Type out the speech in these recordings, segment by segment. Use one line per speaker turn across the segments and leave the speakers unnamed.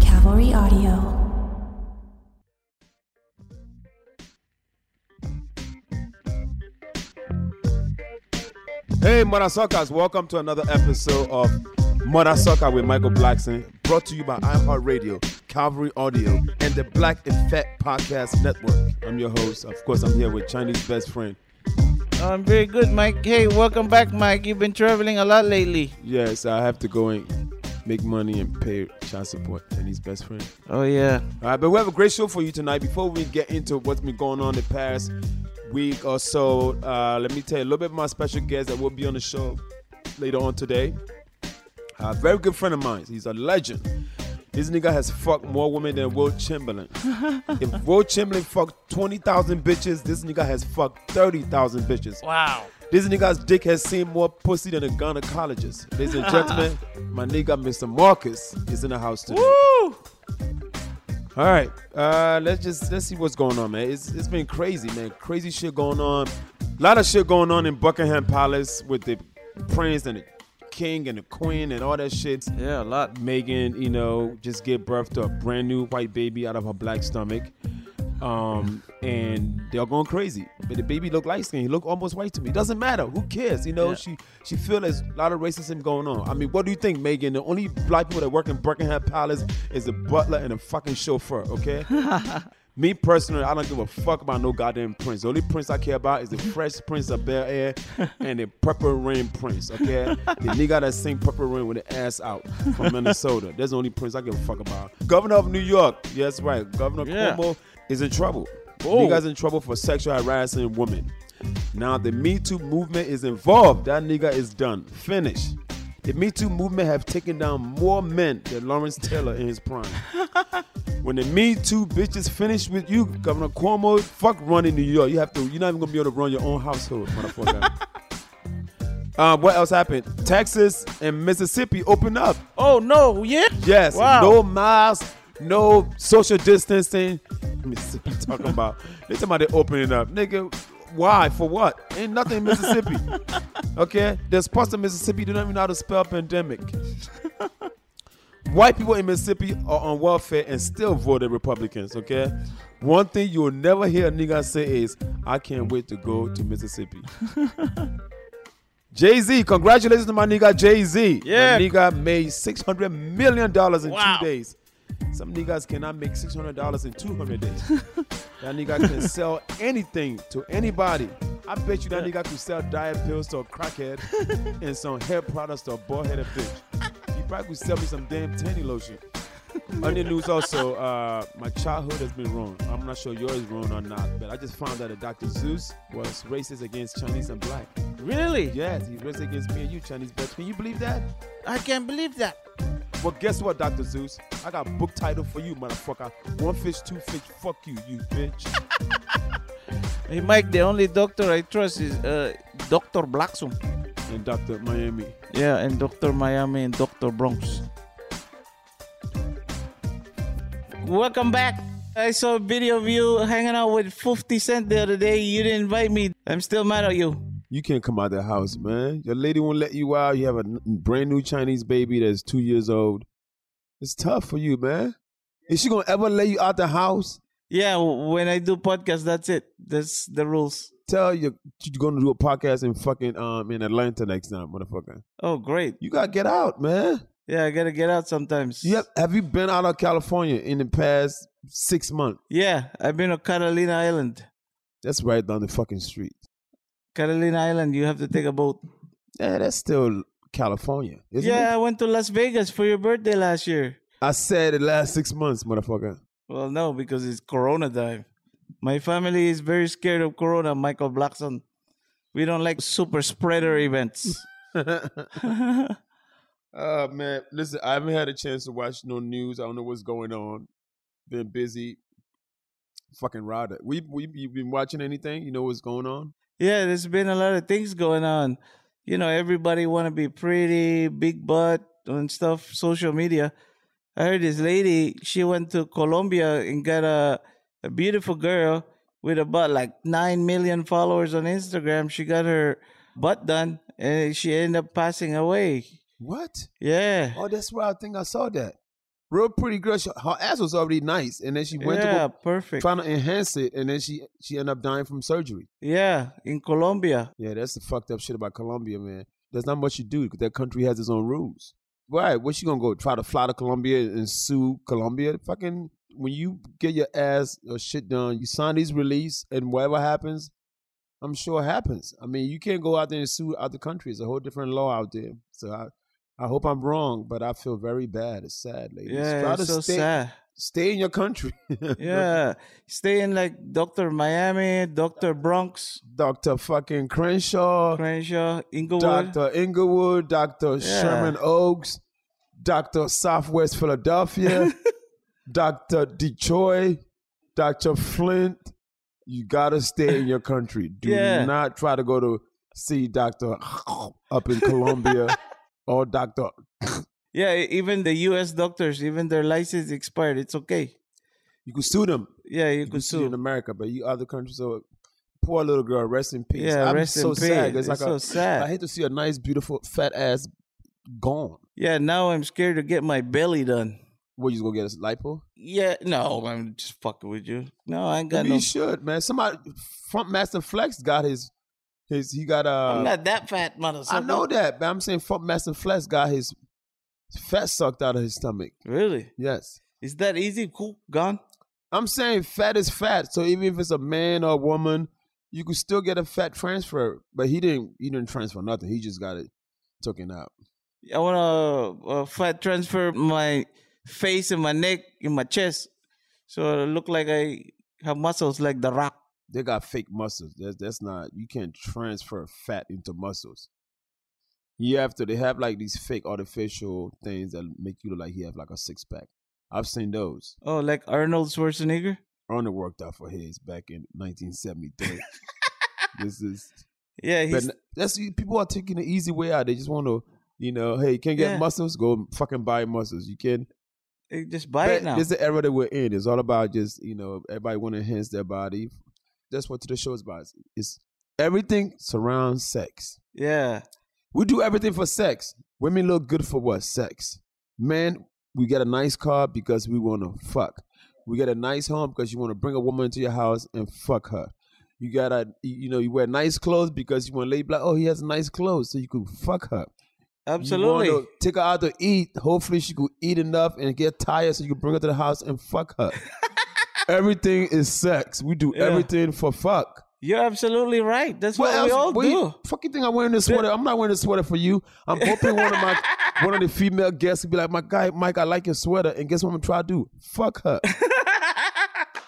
Cavalry Audio.
Hey, Mother Suckers, welcome to another episode of Mother Sucker with Michael Blackson, brought to you by iHeartRadio, Calvary Audio, and the Black and Fat Podcast Network. I'm your host. Of course, I'm here with Chinese best friend.
I'm very good, Mike. Hey, welcome back, Mike. You've been traveling a lot lately.
Yes, I have to go and make money and pay child support and his best friend.
Oh, yeah.
All right, but we have a great show for you tonight. Before we get into what's been going on in the past week or so, uh, let me tell you a little bit my special guest that will be on the show later on today. A very good friend of mine. He's a legend. This nigga has fucked more women than Will Chamberlain. if Will Chamberlain fucked 20,000 bitches, this nigga has fucked 30,000 bitches.
Wow.
This nigga's dick has seen more pussy than a gynecologist. Ladies and gentlemen, my nigga Mr. Marcus is in the house today.
Woo!
All right, uh, let's just let's see what's going on, man. It's it's been crazy, man. Crazy shit going on. A lot of shit going on in Buckingham Palace with the prince and the king and the queen and all that shit.
Yeah, a lot.
Megan, you know, just gave birth to a brand new white baby out of her black stomach, um, and they're going crazy. But the baby looked light skinned. He looked almost white to me. Doesn't matter. Who cares? You know,
Yeah.
she she feel there's a lot of racism going on. I mean, what do you think, Megan? The only black people that work in Buckingham Palace is a butler and a fucking chauffeur. Okay. Me personally, I don't give a fuck about no goddamn prince. The only prince I care about is the Fresh Prince of Bel Air and the Purple Rain Prince. Okay, the nigga that sing Purple Rain with the ass out from Minnesota. That's the only prince I give a fuck about. Governor of New York, yes, right. Governor
Yeah.
Cuomo is in trouble.
Oh.
Nigga's in trouble for sexual harassing women. Now the Me Too movement is involved. That nigga is done. Finished. The Me Too movement have taken down more men than Lawrence Taylor in his prime. When the Me Too bitches finish with you, Governor Cuomo, fuck running New York. You have to. You're not even gonna be able to run your own household, motherfucker. uh, what else happened? Texas and Mississippi open up.
Oh, no. Yeah?
Yes.
Wow.
No masks. No social distancing. Mississippi talking about. They talking about they opening up, nigga. Why? For what? Ain't nothing in Mississippi. okay. There's parts of Mississippi do not even know how to spell pandemic. White people in Mississippi are on welfare and still voted Republicans, okay? One thing you'll never hear a nigga say is, I can't wait to go to Mississippi. Jay Z, congratulations to my nigga Jay Z.
Yeah.
My nigga made $600 million in
Wow.
two days. Some niggas cannot make six hundred dollars in two hundred days. that nigga can sell anything to anybody. I bet you that nigga can sell diet pills to a crackhead and some hair products to a bald headed bitch. He probably could sell me some damn tanning lotion. Other news also, uh, my childhood has been wrong. I'm not sure yours is wrong or not, but I just found out that Dr. Zeus was racist against Chinese and black.
Really?
Yes, he's racist against me and you, Chinese bitch. Can you believe that?
I can't believe that.
Well, guess what, Dr. Zeus? I got book title for you, motherfucker. One fish, two fish, fuck you, you bitch.
Hey, Mike, the only doctor I trust is uh, Dr. Blacksum.
and Dr. Miami.
Yeah, and Dr. Miami and Dr. Bronx. Welcome back. I saw a video of you hanging out with 50 Cent the other day. You didn't invite me. I'm still mad at you.
You can't come out of the house, man. Your lady won't let you out. You have a n- brand new Chinese baby that's two years old. It's tough for you, man. Is she gonna ever let you out the house?
Yeah, w- when I do podcast, that's it. That's the rules.
Tell you you're gonna do a podcast in fucking um in Atlanta next time, motherfucker.
Oh, great.
You gotta get out, man.
Yeah, I gotta get out sometimes.
You have, have you been out of California in the past six months?
Yeah, I've been on Catalina Island.
That's right down the fucking street.
Catalina Island, you have to take a boat.
Yeah, that's still California, isn't
yeah,
it?
I went to Las Vegas for your birthday last year.
I said the last six months, motherfucker.
Well, no, because it's Corona time. My family is very scared of Corona, Michael Blackson. We don't like super spreader events.
Uh man, listen, I haven't had a chance to watch no news. I don't know what's going on. Been busy. Fucking rider. We we you been watching anything? You know what's going on?
yeah, there's been a lot of things going on. You know, everybody want to be pretty, big butt, and stuff. Social media. I heard this lady. She went to Colombia and got a a beautiful girl with about like nine million followers on Instagram. She got her butt done, and she ended up passing away.
What?
Yeah.
Oh, that's where I think I saw that. Real pretty girl. She, her ass was already nice, and then she went
yeah,
to go
perfect.
trying to enhance it, and then she she ended up dying from surgery.
yeah, in Colombia.
Yeah, that's the fucked up shit about Colombia, man. There's not much you do because that country has its own rules. Right? What you gonna go try to fly to Colombia and sue Colombia? Fucking when you get your ass or shit done, you sign these release and whatever happens, I'm sure it happens. I mean, you can't go out there and sue other countries. a whole different law out there. So I, I hope I'm wrong, but I feel very bad. It's sad, ladies.
Yeah,
Try
it's
to
so
stay,
sad.
Stay in your country.
Yeah, staying like Doctor Miami, Doctor Bronx,
Doctor fucking Crenshaw.
Crenshaw, Inglewood.
Dr. Inglewood, Dr.
Yeah.
Sherman Oaks, Dr. Southwest Philadelphia, Dr. Detroit, Dr. Flint. You gotta stay in your country. Do
Yeah.
not try to go to see Dr. up in Colombia or Dr.
Yeah, e, even the U.S. doctors, even their license expired. It's okay.
You could sue them.
Yeah, you,
You
could
could sue in
sue.
America, but you other countries are poor little girl, rest in peace.
Yeah,
I'm
rest
so
in
sad.
peace. It's
like
so
a-
sad.
I hate to see a nice, beautiful, fat ass gone.
Yeah, now I'm scared to get my belly done.
What you just gonna get us lipo?
Yeah, no, I'm just fucking with you. No, I ain't got
Maybe
no.
you should, man. Somebody front master flex got his his he got
I'm
uh
not that fat, motherfucker.
I know that, but I'm saying front master flex got his fat sucked out of his stomach.
Really?
Yes.
Is that easy? Cool, gone.
I'm saying fat is fat. So even if it's a man or a woman, you could still get a fat transfer. But he didn't he didn't transfer nothing. He just got it taken out.
I want to uh, fat transfer my face and my neck and my chest, so it look like I have muscles like the Rock.
They got fake muscles. That's that's not you can't transfer fat into muscles. You have to they have like these fake artificial things that make you look like you have like a six pack. I've seen those.
Oh, like Arnold Schwarzenegger.
Arnold worked out for his back in 1973. this is,
Yeah,
but
he's,
n- that's you- people are taking the easy way out. They just want to, you know, hey, you can't get
Yeah.
muscles, go fucking buy muscles. You can.
eh, just buy it
but
now.
This is the era that we're in. It's all about just you know everybody want to enhance their body. That's what the show's about. It's everything surrounds sex.
yeah,
We do everything for sex. Women look good for what? Sex. Men, we get a nice car because we want to fuck. We get a nice home because you want to bring a woman into your house and fuck her. You got to, you know, you wear nice clothes because you want to lay black. Oh, he has nice clothes, so you can fuck her.
Absolutely.
You wanna take her out to eat. Hopefully, she could eat enough and get tired so you can bring her to the house and fuck her. everything is sex. We do
Yeah.
everything for fuck.
You're absolutely right. That's what, we all
what
do.
You, fuck you think I'm wearing this sweater? I'm not wearing this sweater for you. I'm hoping one of my one of the female guests will be like, "My guy, Mike, I like your sweater." And guess what I'm gonna try to do? Fuck her.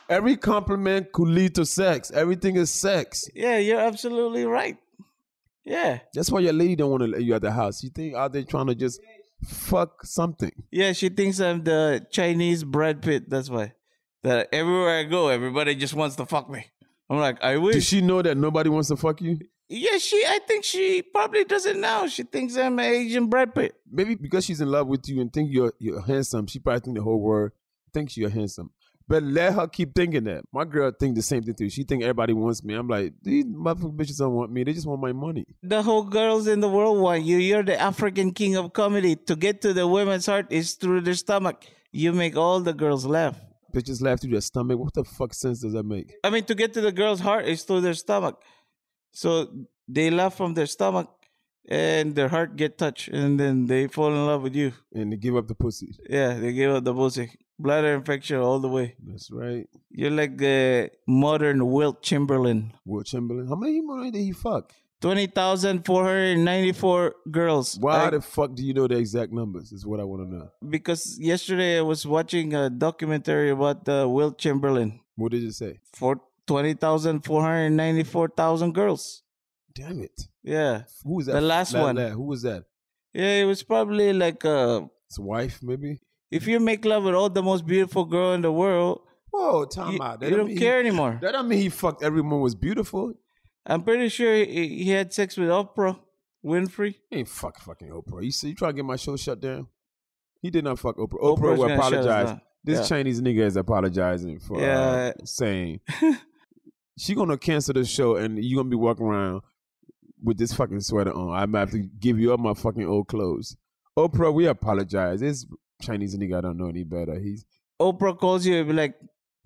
Every compliment could lead to sex. Everything is sex.
yeah, you're absolutely right. Yeah.
That's why your lady don't want to let you at the house. You think out there trying to just fuck something.
Yeah, she thinks I'm the Chinese Brad Pitt. That's why. That everywhere I go, everybody just wants to fuck me. I'm like, I
Did
wish.
she know that nobody wants to fuck you?
yeah, she. I think she probably doesn't know. She thinks I'm an Asian Brad Pitt.
Maybe because she's in love with you and think you're you're handsome, she probably think the whole world thinks you're handsome. But let her keep thinking that. My girl think the same thing too. She think everybody wants me. I'm like, these motherfucking bitches don't want me. They just want my money.
The whole girls in the world want you. You're the African king of comedy. To get to the women's heart is through their stomach. You make all the girls laugh.
Bitches laugh through their stomach. What the fuck sense does that make?
I mean, to get to the girl's heart is through their stomach. So they laugh from their stomach, and their heart get touched, and then they fall in love with you.
And they give up the pussy.
Yeah, they gave up the pussy. Bladder infection all the way.
That's right.
You're like the modern Wilt Chamberlain.
Will Chamberlain. How many women did he fuck?
20,494 girls.
Why
I-
the fuck do you know the exact numbers? Is what I want to know.
because yesterday I was watching a documentary about uh, Wilt Chamberlain
What did it say?
for 20,494,000 girls.
Damn it.
Yeah.
Who was that?
The last
La-
one.
la- who was that?
Yeah, it was probably like uh,
His wife, maybe.
if you make love with all the most beautiful girl in the world,
Whoa, Oh, time
you,
out.
you don't
mean
care
He,
anymore.
that don't mean he fucked everyone was beautiful.
I'm pretty sure he, he had sex with Oprah Winfrey.
He ain't fuck fucking Oprah. You see, you trying to get my show shut down? He did not fuck Oprah. Oprah
Oprah's
will
gonna shut us
apologize.
down.
This
Yeah.
Chinese nigga is apologizing for uh,
Yeah.
saying she gonna cancel the show and you gonna be walking around with this fucking sweater on. I'm gonna have to give you all my fucking old clothes. Oprah, we apologize. This Chinese nigga, I don't know any better. He's
Oprah calls you, it'd be like,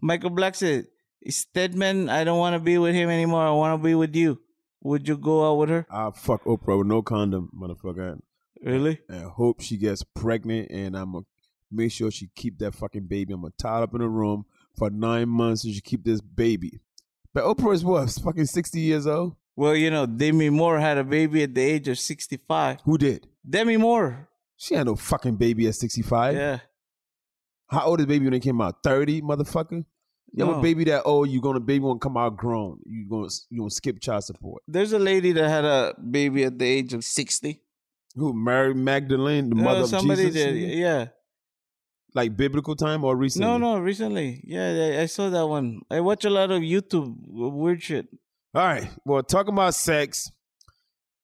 Michael Black said, Stedman, I don't want to be with him anymore. I want to be with you. Would you go out with her?
I fuck Oprah with no condom, motherfucker.
Really?
and hope she gets pregnant and I'm gonna make sure she keep that fucking baby. I'm gonna tie it up in a room for nine months so she keep this baby. But Oprah is what, fucking sixty years old?
Well, you know, Demi Moore had a baby at the age of 65.
Who did?
Demi Moore.
She had no fucking baby at sixty five.
Yeah.
How old is baby when it came out? Thirty, motherfucker? You have
No.
a baby that old, you gonna baby won't come out grown. You gonna you gonna skip child support.
There's a lady that had a baby at the age of 60.
Who married Magdalene, the
No,
mother
Uh, somebody
of Jesus?
did. Yeah.
Like biblical time or recently?
No, no, recently. Yeah, I, I saw that one. I watch a lot of YouTube weird shit.
All right. Well, talking about sex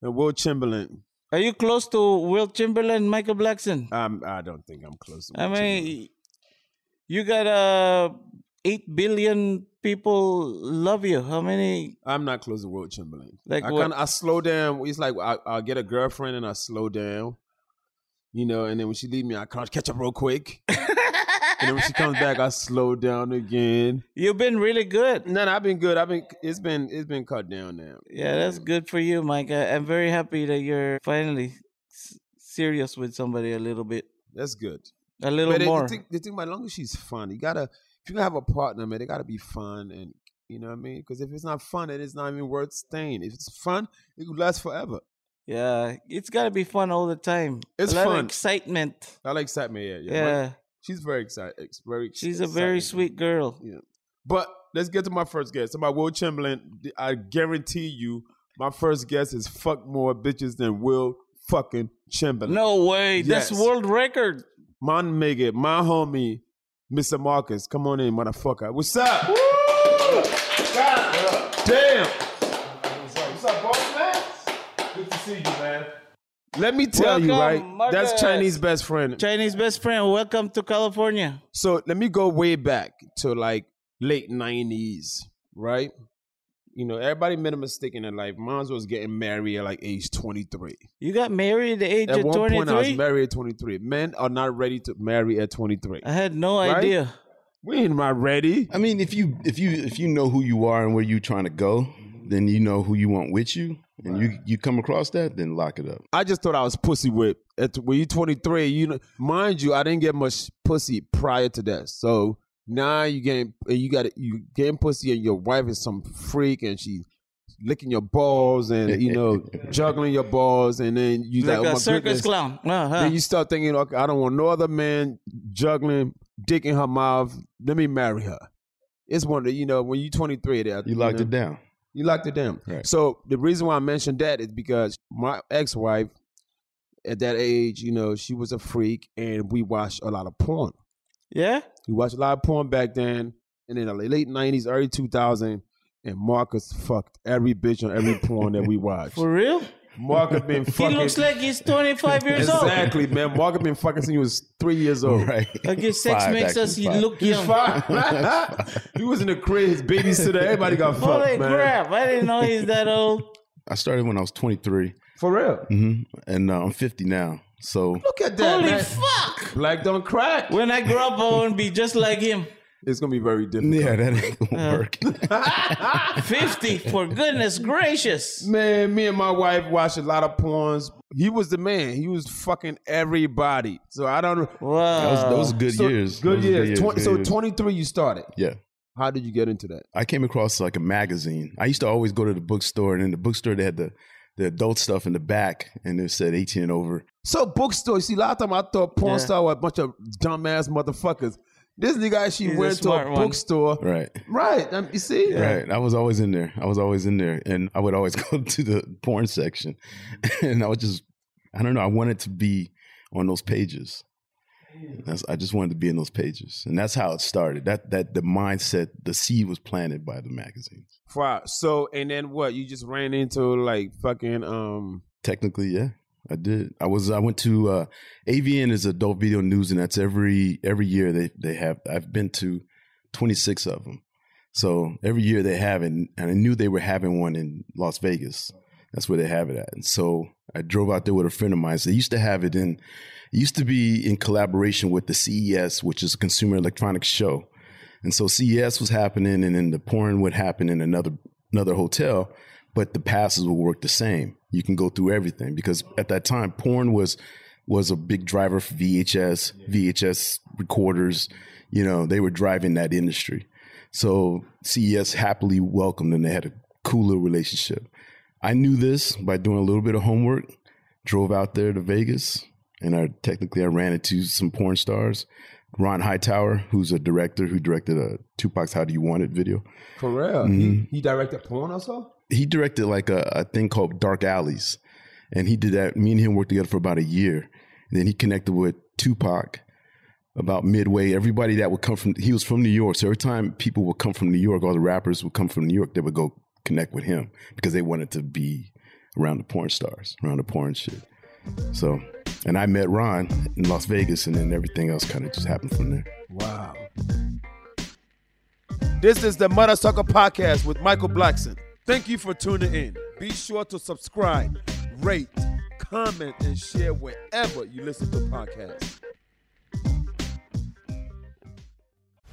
and Will Chamberlain.
Are you close to Will Chamberlain, Michael Blackson?
Um, I don't think I'm close. to
I
Will Chamberlain.
mean, you got uh, 8 billion people love you. How many?
I'm not close to Will Chamberlain.
Like
I
what?
kind of I slow down. It's like I I get a girlfriend and I slow down, you know. And then when she leave me, I kind of catch up real quick. and then when she comes back, I slow down again.
You've been really good.
No, no, I've been good. I've been it's been it's been cut down now.
Yeah, that's good for you, Mike. I, I'm very happy that you're finally s- serious with somebody a little bit,
That's good.
a little
But it-
more.
The thing, the thing about long as she's fun, you gotta if you gotta have a partner, man, they gotta be fun and you know what I mean. Because if it's not fun, then it's not even worth staying. If it's fun, it will last forever.
yeah, it's got to be fun all the time.
It's
a lot
fun.
Of excitement.
I like excitement. Yeah, yeah.
Yeah,
My- she's very excited. Very.
she's a very
exciting.
sweet girl.
Yeah. But let's get to my first guest. About Will Chamberlain, I guarantee you, my first guest is fuck more bitches than Will fucking Chamberlain.
No way, that's
Yes.
world record.
my nigga, my homie, Mr. Marcus, come on in, motherfucker. What's up? Woo! Damn. What's up, boss man? Good to see you, man. Let me tell you, right?
Welcome,
That's
Marcus.
Chinese best friend.
Chinese best friend, welcome to California.
So let me go way back to like late nineties, right? You know, everybody made a mistake in their life. Mine was getting married at like age twenty three.
You got married at the age
At
of
one point, I was
23.
married at twenty three. Men are not ready to marry at twenty three.
I had no
Right?
idea.
We ain't not ready.
I mean, if you if you if you know who you are and where you trying to go, then you know who you want with you. and you you come across that, then lock it up.
I just thought I was pussy whipped. At, when you're 23, you know, mind you, I didn't get much pussy prior to that. So now you getting you got you getting pussy, and your wife is some freak, and she licking your balls, and you know juggling your balls, and then you
Like
like, oh
a
my goodness.
circus clown. Uh-huh.
Then you start thinking, okay, I don't want no other man juggling dick in her mouth. Let me marry her. It's one of the, you know when you're 23, that
You locked
know,
it down.
you locked it down.
Right.
So the reason why I mentioned that is because my ex-wife, at that age, you know, she was a freak, and we watched a lot of porn.
yeah?
We watched a lot of porn back then, and in the late '90s, early 2000, and Marcus fucked every bitch on every porn that we watched.
For real?
Marcus been
He
fucking.
looks like he's 25 years old.
exactly, man. Marcus been fucking since he was three years old.
Right.
I guess sex
Five,
makes us
actually,
he
five.
look young.
Five. he was in the crib, his babysitter. Everybody got fucked,
Holy
man.
crap. I didn't know he's that old.
I started when I was 23,
For real.
hmm and uh, I'm 50 now. So
Look at that,
Holy
man.
fuck.
Black don't crack.
When I grow up, I want to be just like him.
It's gonna be very difficult.
yeah, that ain't gonna work.
50, for goodness gracious.
Man, me and my wife watched a lot of porns. He was the man. He was fucking everybody. So I don't know.
That was,
Wow.
those were good
So,
years.
Good
Those were
years. 20,
good
so
years.
23 you started.
Yeah.
How did you get into that?
I came across like a magazine. I used to always go to the bookstore, and in the bookstore they had the the adult stuff in the back, and it said 18 and over.
So bookstore. See, last time I thought porn
Yeah.
star were a bunch of dumbass motherfuckers. This nigga actually
He's a
went to
smart
a
one.
bookstore.
Right.
Right. um, You see?
Right. I was always in there. I was always in there, and I would always go to the porn section, and I was just, I don't know. I wanted to be on those pages. That's, I just wanted to be in those pages, and that's how it started. That that the mindset, the seed was planted by the magazines.
Wow. So and then what? You just ran into like fucking um
Technically, yeah, I did. I was. I went to uh, AVN is Adult Video News, and that's every every year they they have. I've been to twenty six of them. So every year they have it, and I knew they were having one in Las Vegas. That's where they have it at. And so I drove out there with a friend of mine. So they used to have it in, it used to be in collaboration with the CES, which is a consumer electronics show. And so CES was happening, and then the porn would happen in another another hotel, but the passes would work the same. You can go through everything because at that time, porn was was a big driver for VHS, VHS recorders. You know, they were driving that industry. So CES happily welcomed and they had a cooler relationship. I knew this by doing a little bit of homework, drove out there to Vegas, and I technically I ran into some porn stars. Ron Hightower, who's a director who directed a Tupac's How Do You Want It video.
for real. He, he directed porn or so?
He directed like a, a thing called Dark Alleys. And he did that. Me and him worked together for about a year. And then he connected with Tupac about midway. Everybody that would come from, he was from New York. So every time people would come from New York, all the rappers would come from New York, they would go connect with him because they wanted to be around the porn stars, around the porn shit. So, and I met Ron in Las Vegas, and then everything else kind of just happened from there.
Wow. This is the Mother Sucker Podcast with Michael Blackson. Thank you for tuning in. Be sure to subscribe, rate, comment, and share wherever you listen to podcasts.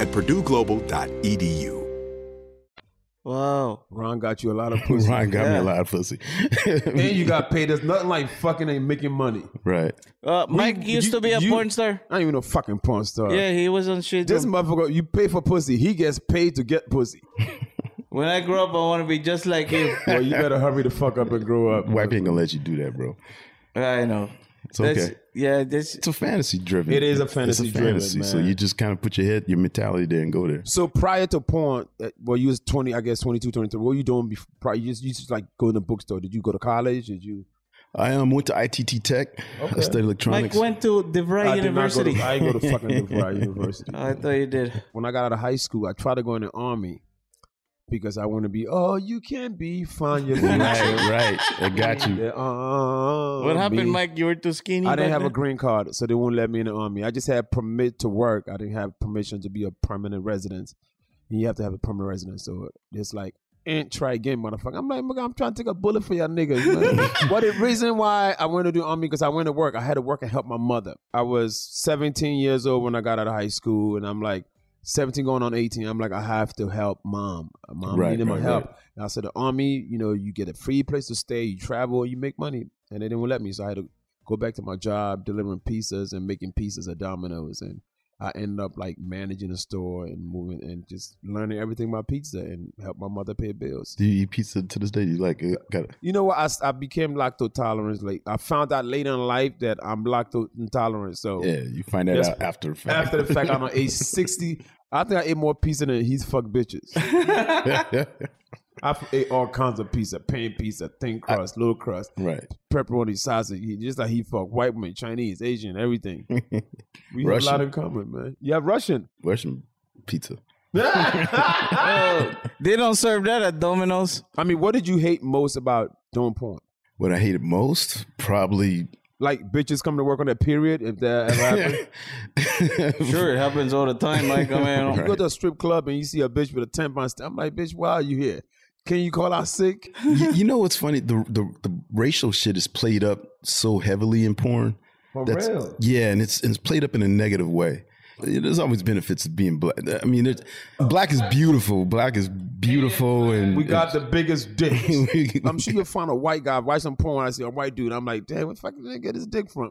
at purdueglobal.edu.
Wow.
Ron got you a lot of pussy.
Ryan got me
Yeah.
a lot of pussy.
and you got paid. There's nothing like fucking ain't making money.
right.
Uh, Mike
you-
used to be a
you-
porn star.
I ain't even no fucking porn star.
Yeah, he was on shit.
This motherfucker, you pay for pussy. He gets paid to get pussy.
when I grow up, I want to be just like you.
Well, you better hurry the fuck up and grow up.
Wife ain't gonna let you do that, bro.
I know.
It's okay.
That's, yeah, that's
it's a fantasy driven.
It is a
It's a
fantasy-driven,
fantasy. So
man.
you just kind of put your head, your mentality there, and go there.
So prior to porn, uh, well, you was 20, I guess 22, 23. What were you doing before? Prior, you, just, you just like go in the bookstore. Did you go to college? Did you?
I um, went to ITT Tech. I studied
Mike
electronics.
went to DeVry
I did not go to-
University.
I didn't go to fucking DeVry University.
Oh, I thought you did.
When I got out of high school, I tried to go in the army because I want to be, oh, you can be, find your future.
right, right. I got you.
The army.
What happened, Mike? You were too skinny.
I didn't
back
have a
then?
green card, so they wouldn't let me in the army. I just had permit to work. I didn't have permission to be a permanent resident. And you have to have a permanent resident. So it's like, ain't try again, motherfucker. I'm like, "Nigga, I'm trying to take a bullet for y'all niggas. Man. what the reason why I went to do army? Because I went to work. I had to work and help my mother. I was 17 years old when I got out of high school, and I'm like, 17 going on 18. I'm like, I have to help mom. Mom
Right,
needed my
right,
help.
right.
And I said, the army, you know, you get a free place to stay, you travel, you make money. And they didn't let me. So I had to go back to my job delivering pizzas and making pizzas at Domino's. And I ended up like managing a store and moving and just learning everything about pizza and help my mother pay bills.
Do you eat pizza to this day? You like uh, got
You know what? I, s- I became lacto tolerant late. I found out later in life that I'm lacto intolerant. So
yeah. You find that
Yes.
out after the fact.
after the fact, I'm age 60. I think I ate more pizza than he's fucked bitches. I've ate all kinds of pizza, pan pizza, thin crust, little crust,
right.
pepperoni, sausage. He, just like he fuck white men, Chinese, Asian, everything. We have a lot
Russian.
in common, man. Yeah, Russian.
Russian pizza.
They don't serve that at Domino's.
I mean, what did you hate most about doing porn?
What I hated most, probably.
Like bitches coming to work on their period, if that ever happened.
Sure, it happens all the time, Mike. I mean,
You go to a strip club and you see a bitch with a tampon. st- I'm like, bitch, why are you here? Can you call out sick?
you, you know what's funny? The, the the racial shit is played up so heavily in porn.
For
That's-
real.
Yeah, and it's and it's played up in a negative way. Yeah, There's always benefits of being black. I mean, there's, black is beautiful. Black is beautiful, and
We got the biggest dicks.
We-
I'm sure you'll find a white guy, watch some porn. I see a white dude. I'm like, damn, where the fuck did they get his dick from?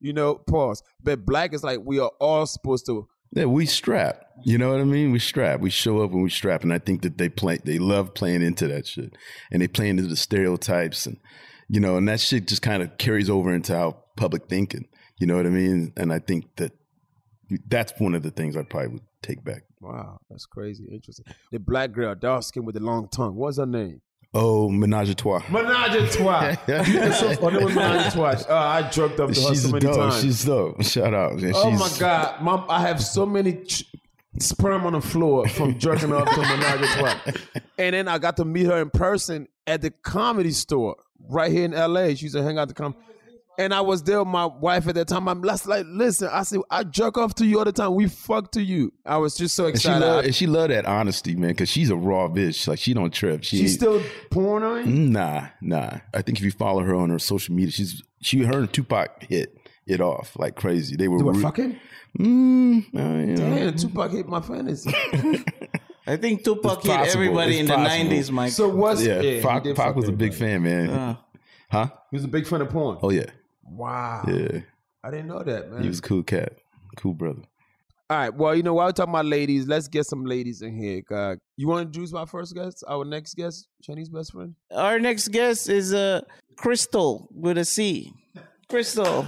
You know, pause. But black is like, we are all supposed to.
Yeah, we strap. You know what I mean? We strap. We show up and we strap. And I think that they play. They love playing into that shit, and they play into the stereotypes, and you know, and that shit just kind of carries over into how public thinking. You know what I mean? And I think that that's one of the things I probably would take back.
Wow, that's crazy. Interesting. The black girl, dark skin with the long tongue. What's her name?
Oh, menage a trois.
Menage a trois. oh, that was Menage a trois. Uh, I jerked up to her
She's
so many
dope.
times.
She's dope. Shout out. Yeah,
oh my
she's-
God. Mom, I have so many ch- sperm on the floor from jerking off to Menage a trois. And then I got to meet her in person at the comedy store right here in LA. She used to hang out the comedy. And I was there with my wife at that time. I'm just like, listen, I said, I jerk off to you all the time. We fuck to you. I was just so
And she
excited.
love,
I-
and she love that honesty, man, because she's a raw bitch. Like she don't trip. She Mm.
she's
ain't-
still pornoing?
Nah, nah. I think if you follow her on her social media, she's she her and Tupac hit it off like crazy. They were,
They were
re-
fucking?
Mm, uh, you know.
Damn, Tupac hit my fantasy.
I think Tupac
It's
hit
possible.
everybody
It's
in
possible.
the '90s, Mike. Uh.
so what's
Yeah,
he
Pac,
did
Pac
fuck
was a big
everybody.
fan, man. Huh?
He was a big fan of porn.
Oh yeah.
Wow.
Yeah.
I didn't know that, man.
He was a cool cat. Cool brother.
All right. Well, you know, while we're talking about ladies, let's get some ladies in here. Uh, you want to introduce my first guest, our next guest, Chinese best friend?
Our next guest is uh, Crystal with a C. Crystal.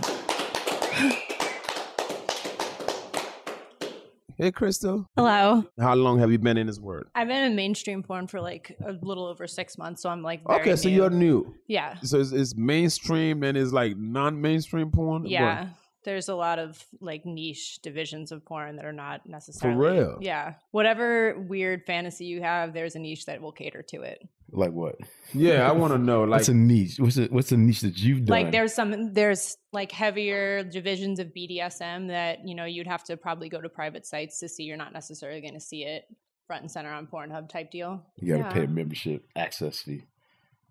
Hey, Crystal.
Hello.
How long have you been in this world?
I've been in mainstream porn for like a little over six months, so I'm like very
Okay, so
new.
you're new.
Yeah.
So it's, it's mainstream and it's like non-mainstream porn.
yeah.
What?
There's a lot of like niche divisions of porn that are not necessarily
real?
Yeah. Whatever weird fantasy you have, there's a niche that will cater to it.
Like what?
Yeah, I wanna know,
what's a
like-
niche. What's a, what's a niche that you've done?
Like there's some there's like heavier divisions of BDSM that, you know, you'd have to probably go to private sites to see. You're not necessarily gonna see it front and center on Pornhub type deal.
you got to
Yeah.
pay a membership access fee,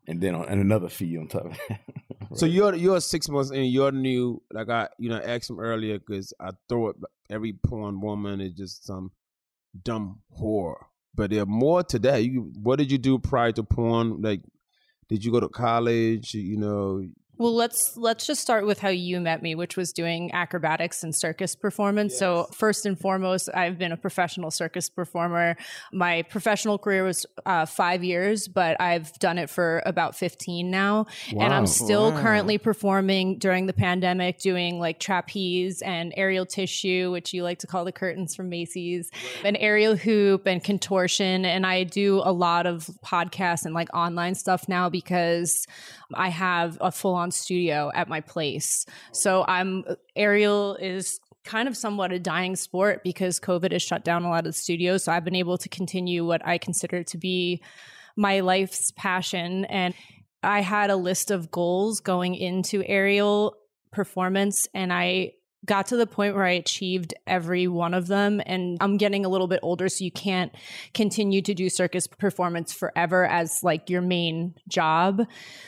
and then on, and another fee on top. of that.
So you're you're six months in. You're new. Like I, you know, asked him earlier because I throw it. Every porn woman is just some dumb whore. But there are more to that. You, what did you do prior to porn? Like, did you go to college? You know,
Well, let's let's just start with how you met me, which was doing acrobatics and circus performance. So, first and foremost, I've been a professional circus performer. My professional career was uh, five years, but I've done it for about fifteen now, and
Wow.
I'm still
Wow.
currently performing during the pandemic, doing like trapeze and aerial tissue, which you like to call the curtains from Macy's, and aerial hoop and contortion. And I do a lot of podcasts and like online stuff now because I have a full on studio at my place. So I'm aerial is kind of somewhat a dying sport because COVID has shut down a lot of the studios. So I've been able to continue what I consider to be my life's passion. And I had a list of goals going into aerial performance and I got to the point where I achieved every one of them and I'm getting a little bit older so you can't continue to do circus performance forever as like your main job.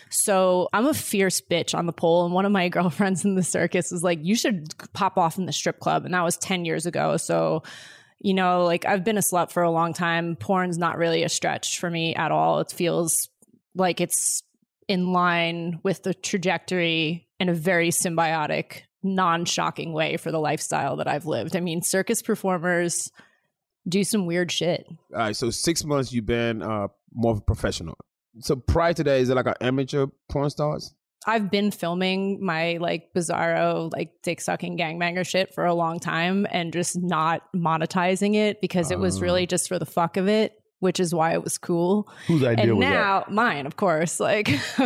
So I'm a fierce bitch on the pole and one of my girlfriends in the circus was like you should pop off in the strip club and that was 10 years ago. So you know like I've been a slut for a long time. Porn's not really a stretch for me at all. It feels like it's in line with the trajectory in a very symbiotic, non shocking way for the lifestyle that I've lived. I mean, circus performers do some weird shit.
all right. So six months you've been uh more of a professional. So prior to that, is it like an amateur porn stars?
I've been filming my like bizarro, like dick sucking gangbanger shit for a long time and just not monetizing it because it was
Oh.
really just for the fuck of it, which is why it was cool.
Whose idea
and
was
now mine, of course. Like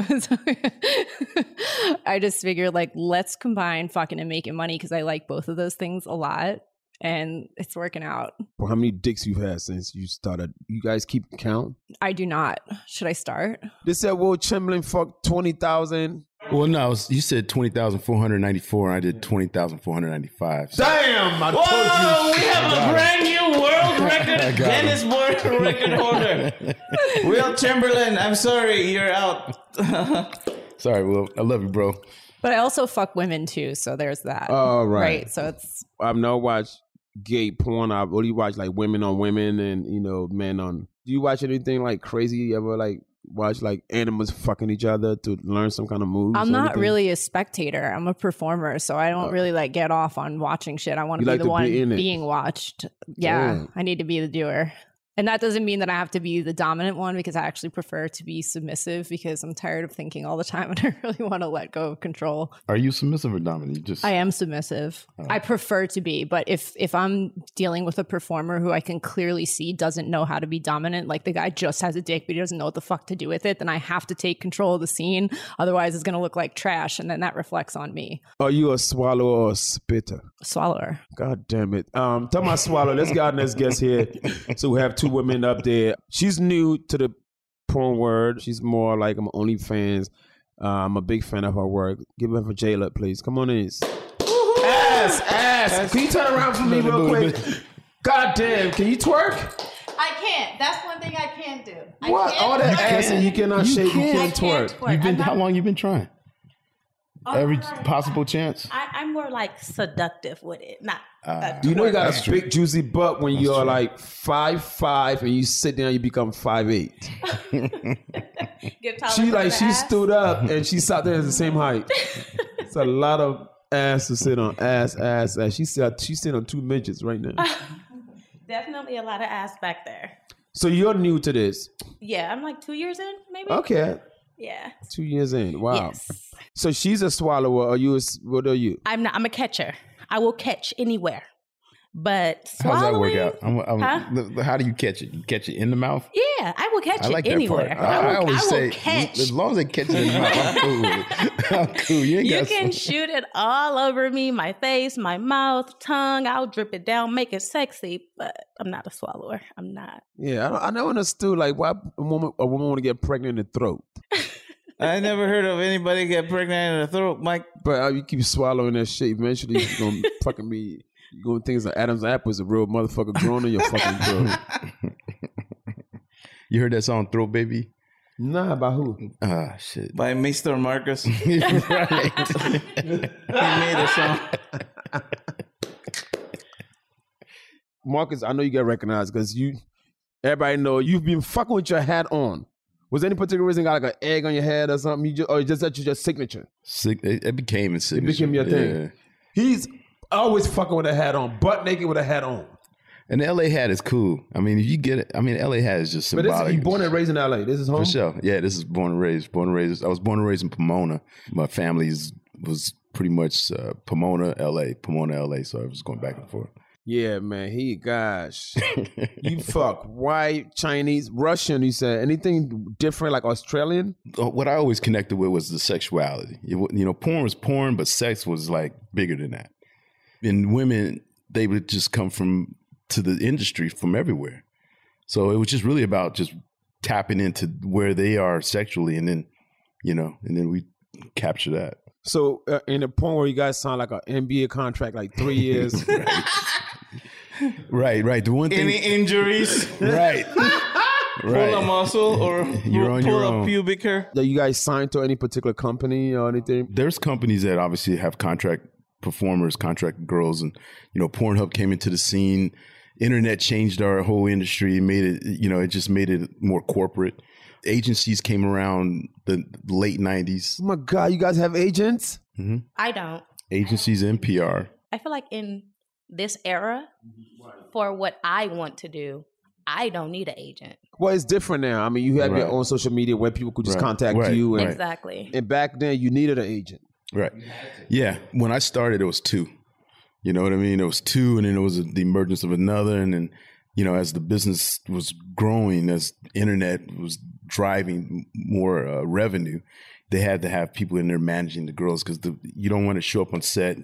I just figured like let's combine fucking and making money because I like both of those things a lot and it's working out.
Or how many dicks you've had since you started? You guys keep count.
I do not. Should I start?
They said Will Chamberlain fucked twenty thousand.
that? Well, no, I was, you said twenty thousand four hundred ninety four, and I did twenty thousand four hundred ninety five.
Damn! I told you.
We have a brand new world
I
record,
got it.
Guinness World Record holder. Will Chamberlain, I'm sorry, you're out.
Sorry, Will. I love you, bro.
But I also fuck women too, so there's that.
Oh, right.
Right. So it's
I've never watched gay porn. I've only watched like women on women and you know men on. Do you watch anything like crazy? You ever like watch like animals fucking each other to learn some kind of moves?
I'm
or
not
anything? Oh.
really a spectator. I'm a performer, so I don't really like get off on watching shit. I want
You
to
like
be the
to be
one
in it.
being watched. Yeah,
Damn.
I need to be the doer. And that doesn't mean that I have to be the dominant one because I actually prefer to be submissive because I'm tired of thinking all the time and I really want to let go of control.
Are you submissive or dominant? You just
I am submissive.
Oh.
I prefer to be, but if if I'm dealing with a performer who I can clearly see doesn't know how to be dominant, like the guy just has a dick but he doesn't know what the fuck to do with it, then I have to take control of the scene. Otherwise, it's going to look like trash, and then that reflects on me.
Are you a swallower or a spitter?
Swallower.
God damn it. Um, talking about swallow, let's get our next guest here. So we have two women up there. She's new to the porn world. She's more like I'm OnlyFans. Uh, I'm a big fan of her work. Give it up for Jayla, please. Come on in. Ass, ass. Can you turn around for me real quick? God damn, can you twerk?
I can't. That's one thing I can do. I
What?
can't
All that
twerk.
ass and you cannot shake, you
I
can't twerk.
twerk. I'm not-
long you been trying? every possible chance.
I, I'm more like seductive with it. Not Uh,
Ah,
Do you know you got
that's
a
true.
big juicy butt when you're like five five and you sit down you become five eight.
get taller
she
than
like
the
she
ass.
stood up and she sat there at the same height. It's a lot of ass to sit on. Ass, ass, ass. She sat she's sitting on two midgets right now.
Definitely a lot of ass back there.
So you're new to this.
Yeah, I'm like two years in, maybe.
Okay.
Yeah.
Two years in. Wow. So she's a swallower. Are you a s what are you?
I'm not. I'm a catcher. I will catch anywhere, but
How's that work
swallowing-
out? I'm, I'm,
Huh?
the- the- how do you catch it? You catch it in the mouth?
Yeah, I will catch
I
it
like
anywhere.
that part. I, I
will,
always
will
say,
catch.
as long as they catch it in the mouth, I'm cool with it. I'm cool. You, ain't
You
got
can shoot it all over me, my face, my mouth, tongue. I'll drip it down, make it sexy, but I'm not a swallower. I'm not.
Yeah, I don't, I don't understand like why a woman a woman want to get pregnant in the throat.
I never heard of anybody get pregnant in the throat, Mike.
But uh, you keep swallowing that shit. Eventually, you're gonna fucking be. You're gonna think it's an Adam's apple is a real motherfucker growing in your fucking throat.
you heard that song "Throat Baby"?
Nah, by who?
Ah, shit.
By Mr. Marcus.
right.
he made a song.
Marcus, I know you get recognized because you. Everybody know you've been fucking with your hat on. Was there any particular reason you got like an egg on your head or something? You just, or just that you just signature?
Sick. It, it became a signature.
became your thing.
Yeah.
He's always fucking with a hat on, butt naked with a hat on.
And the LA hat is cool. I mean, if you get it, I mean, LA hat is just
But
symbolic.
this is, you born and raised in LA. This is home.
For sure. Yeah, this is born and raised. Born and raised. I was born and raised in Pomona. My family's was pretty much uh, Pomona, LA, Pomona, LA. So I was going back and forth.
Yeah, man. He gosh, you fuck white, Chinese, Russian. You said anything different like Australian?
Uh, What I always connected with was the sexuality. It, wa- you know, porn was porn, but sex was like bigger than that. And women, they would just come from to the industry from everywhere. So it was just really about just tapping into where they are sexually, and then you know, and then we capture that.
So uh, in the point where you guys signed like an NBA contract, like three years.
Right, right. The one
Any
thing,
injuries?
right.
Pull a muscle or
You're on
pull
your
a
own.
pubic hair?
That you guys signed to any particular company or anything?
There's companies that obviously have contract performers, contract girls, and you know, Pornhub came into the scene. Internet changed our whole industry, made it you know, it just made it more corporate. Agencies came around the late '90s.
Oh my god, you guys have agents?
hmm
I don't.
Agencies and PR.
I feel like in this era, for what I want to do, I don't need an agent.
Well, it's different now. I mean, you have your
Right.
own social media where people could just
Right,
contact
right,
you. And,
Exactly.
And back then, you needed an agent.
Right. Yeah. When I started, it was two. You know what I mean? It was two, and then it was the emergence of another, and then you know, as the business was growing, as internet was driving more uh, revenue, they had to have people in there managing the girls because the, you don't want to show up on set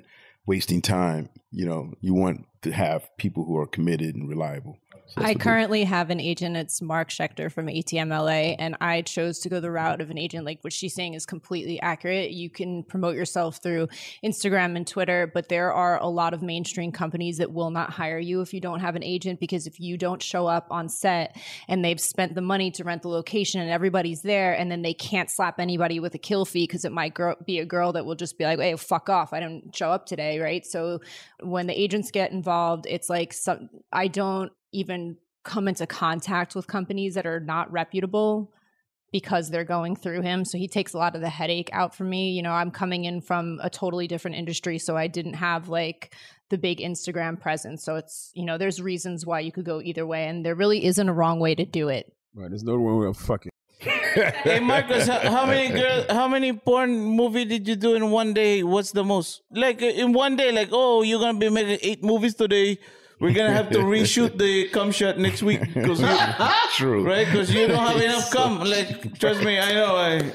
wasting time. You know, you want to have people who are committed and reliable. So that's
I
what they-
currently have an agent. It's Mark Schechter from ATMLA, and I chose to go the route of an agent. Like what she's saying is completely accurate. You can promote yourself through Instagram and Twitter, but there are a lot of mainstream companies that will not hire you if you don't have an agent because if you don't show up on set and they've spent the money to rent the location and everybody's there, and then they can't slap anybody with a kill fee because it might gr- be a girl that will just be like, "Hey, fuck off! I didn't show up today." Right? So when the agents get involved, it's like some I don't even come into contact with companies that are not reputable because they're going through him. So he takes a lot of the headache out for me. You know, I'm coming in from a totally different industry, so I didn't have like the big Instagram presence. So it's, you know, there's reasons why you could go either way and there really isn't a wrong way to do it.
Right. There's no way we're fucking.
Hey Marcus, how, how many girl, how many porn movie did you do in one day? What's the most? Like uh, in one day, like oh, you're gonna be making eight movies today. We're gonna have to reshoot the cum shot next week because
True.
right because you don't have enough cum. Like trust me, I know. I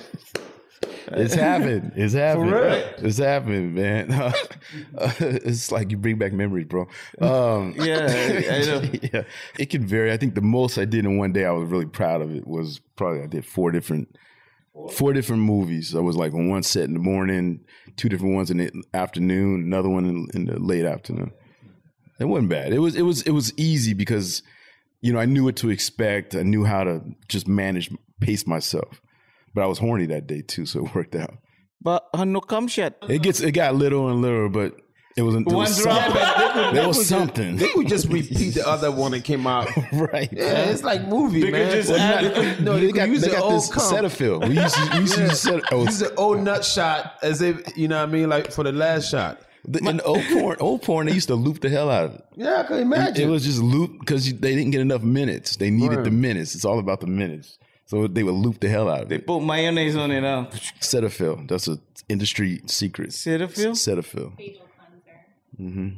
It's happened. It's happened.
real?
It's happened, man. it's like you bring back memories, bro. Um,
Yeah, I- I know.
yeah, it can vary. I think the most I did in one day, I was really proud of it. Was probably I did four different, four different movies. I was like on one set in the morning, two different ones in the afternoon, another one in, in the late afternoon. It wasn't bad. It was it was it was easy because you know I knew what to expect. I knew how to just manage pace myself. But uh, I was horny that day too, so it worked out.
but Hanukkah
It gets it got little and little, but it was, it
One
was
drop
something.
and they could-
there
they
was
could just-
something.
They could just repeat the other one that came out.
right.
Yeah, it's like movie,
They could
man.
just
Well,
add-
you could- no,
They
they
got-
got, use
they
the
got
old
this
cum.
Cetaphil. We used to- we used to use Cet- oh,
Use the old nut shot as if you know what I mean, like for the last shot.
The, in old porn, old porn, they used to loop the hell out of it.
Yeah, I could
It,
imagine.
was just loop because they didn't get enough minutes. They needed
Right.
the minutes. It's all about the minutes. So they would loop the hell out of it.
put mayonnaise on it. Huh?
Cetaphil. That's an industry secret.
Cetaphil?
Cetaphil. Mm-hmm.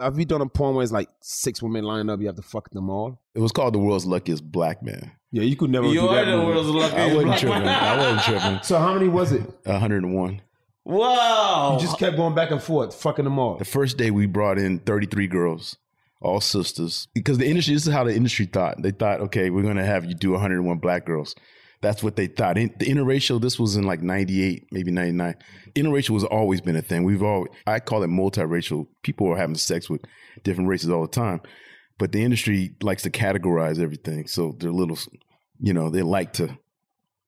Have you done a porn where it's like six women lining up? You have to fuck them all.
It was called the world's luckiest black man.
Yeah, you could never.
You
do
are
that
the
movie.
world's luckiest
I wasn't
black
tripping.
man.
I wasn't tripping.
So how many was it?
101.
Wow.
You just kept going back and forth, fucking them all.
The first day we brought in 33 girls, all sisters, because the industry, this is how the industry thought. They thought, okay, we're going to have you do 101 black girls. That's what they thought. In, the interracial, this was in like 98, maybe 99. Interracial has always been a thing. We've all, I call it multiracial. People are having sex with different races all the time. But the industry likes to categorize everything. So they're little, you know, they like to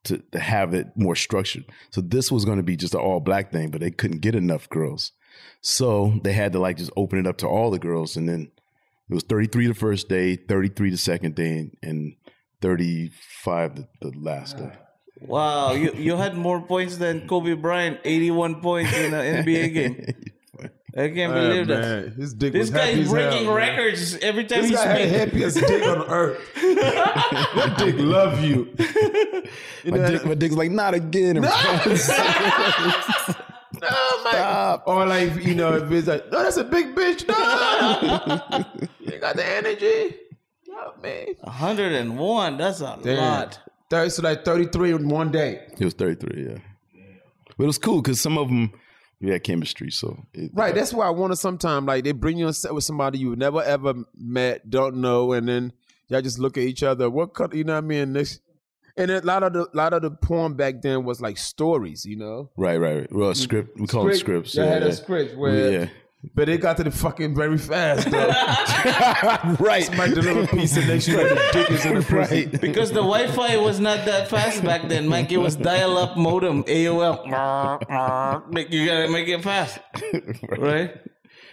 to, to have it more structured. So this was going to be just an all black thing, but they couldn't get enough girls. So they had to like just open it up to all the girls. And then it was 33 the first day, 33 the second day, and, and 35 the, the last day.
Wow, you, you had more points than Kobe Bryant, 81 points in an NBA game. I can't
Ah,
believe that.
man, his dick was
this guy
happy
is
as
breaking
hell, man.
records every time
This
he
guy had the
speaks.
happiest dick on earth. that dick love you.
My, dick, my dick's like, not again.
Oh my! Or like you know, if it's like, no, that's a big bitch. No, you got the energy. Love me.
101, that's a lot.
Thirty, so like thirty-three in one day.
It was 33, yeah. But it was cool because some of them, we had chemistry. So it,
Right, that's why I want to sometime like they bring you on set with somebody you've never ever met, don't know, and then y'all just look at each other. What cut you know what I mean? This and a lot of the lot of the porn back then was like stories, you know?
right, right, right. Well, script, we call them scripts.
They
yeah,
had
yeah.
a script where
Yeah.
but it got to the fucking very fast though.
right.
Somebody deliver a piece and next you like the dick is in the prison.
Because the Wi Fi was not that fast back then, Mike. It was dial up modem, AOL. Make- you gotta make it fast.
right.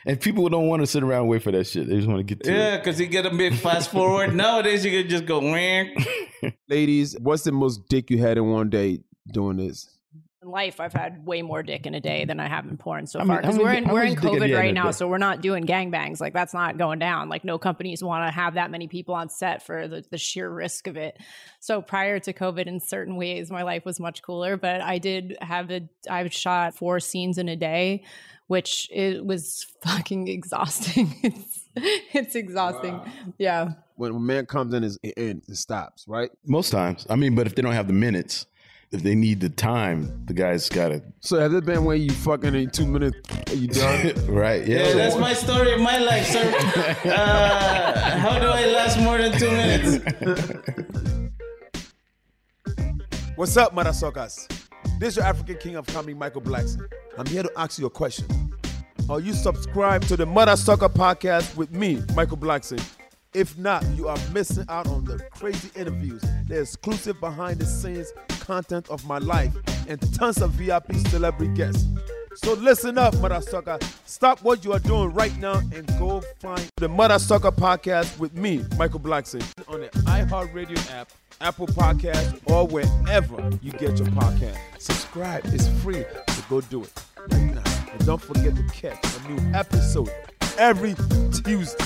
And people don't want to sit around and wait for that shit. They just want to get to
Yeah, because you get a bit fast forward. Nowadays, you can just go, "Wah."
Ladies, what's the most dick you had in one day doing this?
In life, I've had way more dick in a day than I have in porn so
I mean,
far. Because
how
we're
many-
in
how
we're
much
in
dick have you
COVID
had in
right
a
now,
day?
so we're not doing gangbangs. Like that's not going down. Like no companies want to have that many people on set for the, the sheer risk of it. So prior to COVID, in certain ways, my life was much cooler. But I did have a I've shot four scenes in a day, which it was fucking exhausting. it's it's exhausting. Yeah.
When a man comes in, it's- it ends, it stops, right?
Most times. I mean, but if they don't have the minutes, if they need the time, the guy's got to.
So has it been where you fucking in two minutes and you done?
right. Yeah.
Yeah, that's my story of my life, sir. Uh, how do I last more than two minutes?
What's up, Marasokas? This is your African king of comedy, Michael Blackson. I'm here to ask you a question. Are you subscribed to the Mother Sucker podcast with me, Michael Blackson? If not, you are missing out on the crazy interviews, the exclusive behind the scenes content of my life, and tons of VIP celebrity guests. So listen up, Mother Sucker. Stop what you are doing right now and go find the Mother Sucker podcast with me, Michael Blackson, on the iHeartRadio app, Apple Podcasts, or wherever you get your podcast. Subscribe, it's free, so go do it right now. And don't forget to catch a new episode every Tuesday.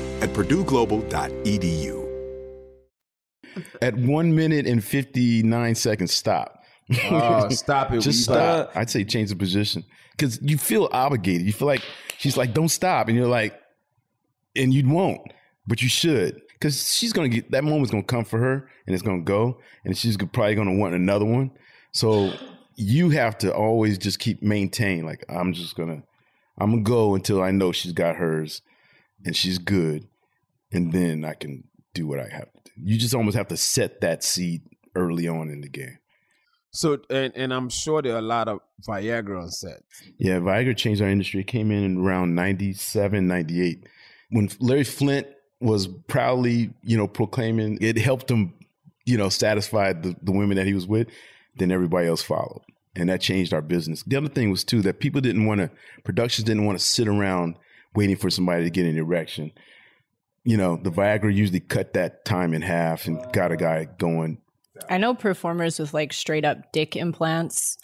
at purdueglobal.edu.
At one minute and 59 seconds, stop.
Oh, stop it.
Just
We-
stop. I'd say change the position because you feel obligated. You feel like she's like, don't stop. And you're like, and you won't, but you should because she's going to get that moment's going to come for her and it's going to go. And she's go- probably going to want another one. So you have to always just keep maintain. Like, I'm just going to, I'm going to go until I know she's got hers and she's good. And then I can do what I have to do. You just almost have to set that seed early on in the game.
So and, and I'm sure there are a lot of Viagra on set.
Yeah, Viagra changed our industry. It came in around 97, 98. When Larry Flint was proudly, you know, proclaiming it helped him, you know, satisfy the, the women that he was with, then everybody else followed. And that changed our business. The other thing was too that people didn't want to productions didn't want to sit around waiting for somebody to get an erection. You know, the Viagra usually cut that time in half and got a guy going
I know performers with like straight up dick implants.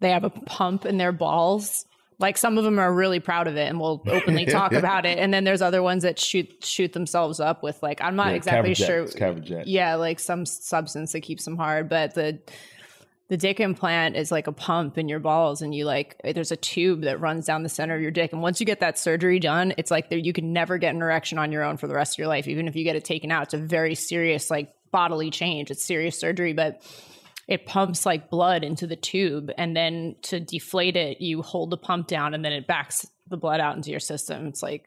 They have a pump in their balls. Like some of them are really proud of it and will openly talk about it. And then there's other ones that shoot shoot themselves up with like I'm not
Yeah,
exactly
Cavajet.
sure.
It's Cavajet.
Yeah, like some substance that keeps them hard, but the the dick implant is like a pump in your balls and you like eh, there's a tube that runs down the center of your dick and once you get that surgery done it's like there you can never get an erection on your own for the rest of your life even if you get it taken out it's a very serious like bodily change it's serious surgery but it pumps like blood into the tube and then to deflate it you hold the pump down and then it backs the blood out into your system it's like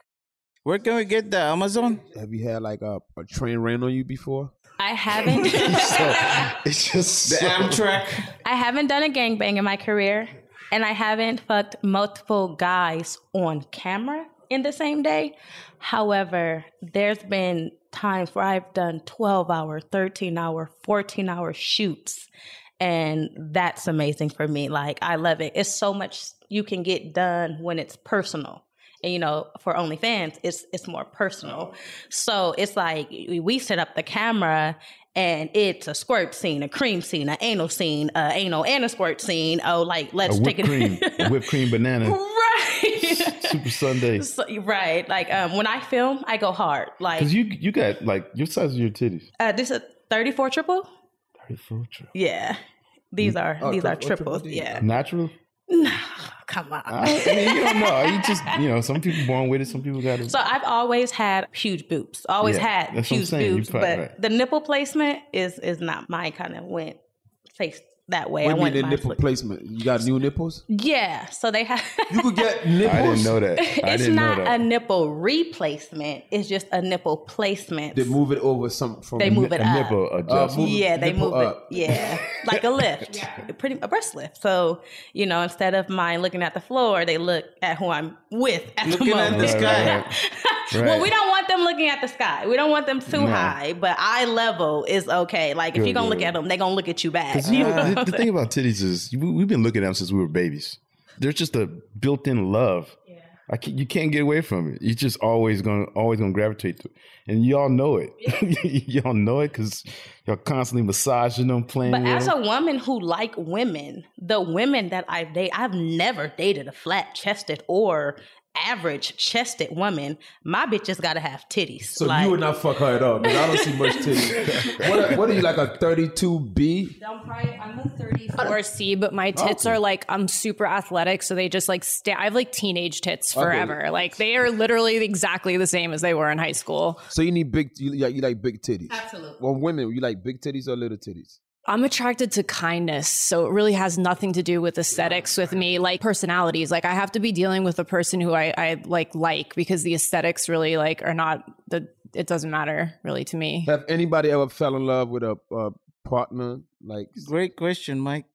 Where can we get that? Amazon?
Have you had like a, a train ran on you before?
I haven't
It's just
The Amtrak. I haven't done a gangbang in my career, and I haven't fucked multiple guys on camera in the same day. However, there's been times where I've done 12 hour, 13 hour, 14 hour shoots, and that's amazing for me. Like, I love it. It's so much you can get done when it's personal. And you know, for OnlyFans, it's it's more personal. So it's like we set up the camera and it's a squirt scene, a cream scene, an anal scene, a anal and a squirt scene. Oh, like let's
a
take
whipped
it
cream, a whipped cream banana,
right.
Super Sunday.
So- right. Like um, when I film, I go hard. Like
Because you you got like your size of your titties.
uh, this is thirty four triple. Yeah, these are
Oh,
these are
triple-
triples. Yeah. Uh,
Natural.
Come on.
I, I mean, you don't know. You just you know, some people born with it, some people got it.
So I've always had huge boobs. Always
Yeah,
had
that's what I'm
huge
saying. You
boobs,
probably
but
right.
the nipple placement is is not my kind of went face that
What
way. I
do you mean
want
the
my
nipple
flick-
placement? You got new nipples?
Yeah, so they have.
You could get nipples. I didn't know that.
it's not a nipple replacement. It's just a nipple placement.
They move it over some from
They move it
a
up.
nipple adjustment. Uh, move-
yeah, they
nipple
move
up.
it. Yeah, like a lift, pretty a breast lift. So you know, instead of mine looking at the floor, they look at who I'm with at the
Looking
moment.
at the sky.
Well, we don't want them looking at the sky. We don't want them too
No.
high, but eye level is okay. Like if
Good,
you're gonna look
good.
at them, they're gonna look at you back.
'Cause
You
you-
know?
the, the thing about titties is we, we've been looking at them since we were babies. There's just a built-in love. I can, you can't get away from it. You're just always gonna always gonna gravitate to it, and y'all know it. y'all know it because y'all constantly massaging them, playing
But
with
as a
them.
woman who like women, the women that I've dated, I've never dated a flat chested or average chested woman. My bitches gotta have titties.
So
like,
you would not fuck her at all, man. I don't see much titties. what, what are you like a thirty-two B?
I'm probably I'm a 34 C, but my tits are like I'm super athletic, so they just like stay. I have like teenage tits
Okay.
forever. Like they are literally exactly the same as they were in high school.
So you need big. You, like- you like big titties.
Absolutely.
On women, you like big titties or little titties?
I'm attracted to kindness, so it really has nothing to do with aesthetics with me, like personalities. Like I have to be dealing with a person who I, I like like because the aesthetics really like are not the. It doesn't matter really to me.
Have anybody ever fell in love with a, a partner? Like
great question, Mike.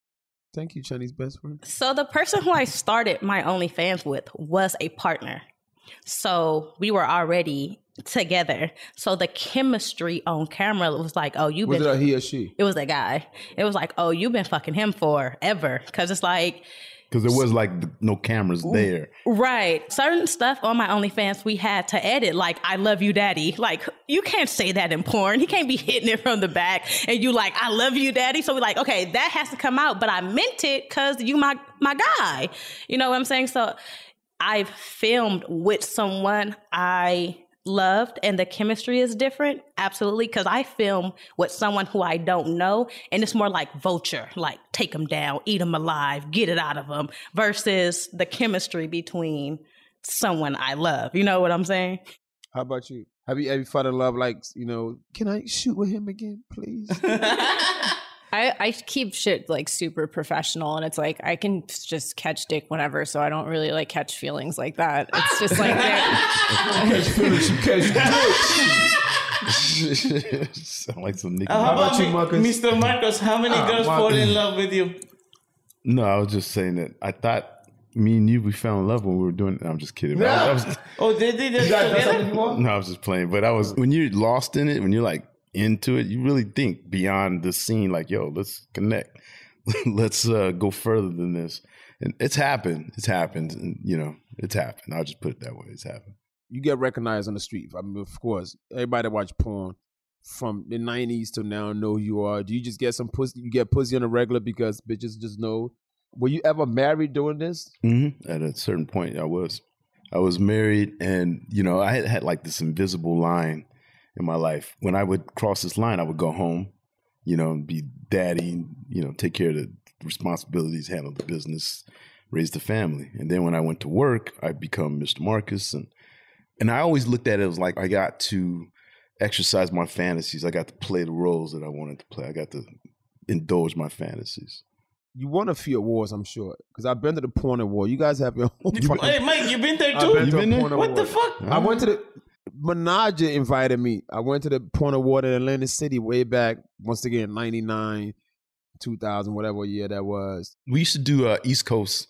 Thank you, Chinese best friend.
So the person who I started my OnlyFans with was a partner. So we were already together. So the chemistry on camera was like, oh, you've
Was
been
it a he or she?
It was a guy. It was like, oh, you've been fucking him forever. Cause it's like,
Because there was like th- no cameras there.
right, certain stuff on my OnlyFans we had to edit, like, I love you, daddy. Like, you can't say that in porn. He can't be hitting it from the back and you like, I love you, daddy. So we're like, okay, that has to come out, but I meant it because you my my guy. You know what I'm saying? So I've filmed with someone I loved and the chemistry is different absolutely because i film with someone who i don't know and it's more like vulture like take them down eat them alive get it out of them versus the chemistry between someone i love you know what i'm saying
How about you? Have you ever fallen in love? Like you know, can I shoot with him again, please?
I, I keep shit like super professional and it's like I can just catch dick whenever, so I don't really like catch feelings like that. It's just like
catch feelings, you
Sound like some Nicki.
Uh, how about
Minaj.
Mi- Mr. Marcos? How many
Ah,
girls
Mar-
fall in love with you?
No, I was just saying that I thought me and you we fell in love when we were doing. I'm just kidding. I was- I was-
oh, they did that together.
No, I was just playing. But I was when you're lost in it, when you're like into it, you really think beyond the scene. Like, yo, let's connect. let's uh, go further than this. And it's happened. It's happened. And you know, it's happened. I'll just put it that way. It's happened.
you get recognized on the street. I mean, of course, everybody that watch porn from the nineties till now know who you are. Do you just get some pussy? You get pussy on a regular because bitches just know. Were you ever married doing this?
hmm At a certain point, I was. I was married, and you know, I had had like this invisible line in my life. When I would cross this line, I would go home, you know, and be daddy, you know, take care of the responsibilities, handle the business, raise the family. And then when I went to work, I become Mr. Marcus, and and I always looked at it as like I got to exercise my fantasies. I got to play the roles that I wanted to play. I got to indulge my fantasies.
You won a few awards, I'm sure, because I've been to the porn award. You guys have your own.
Hey, Mike, you been there
I've
too?
been to a porn
What the
award.
fuck?
I went to the Menage invited me. I went to the Point Award in Atlantic City way back, once again, 99, 2000, whatever year that was.
we used to do uh, East Coast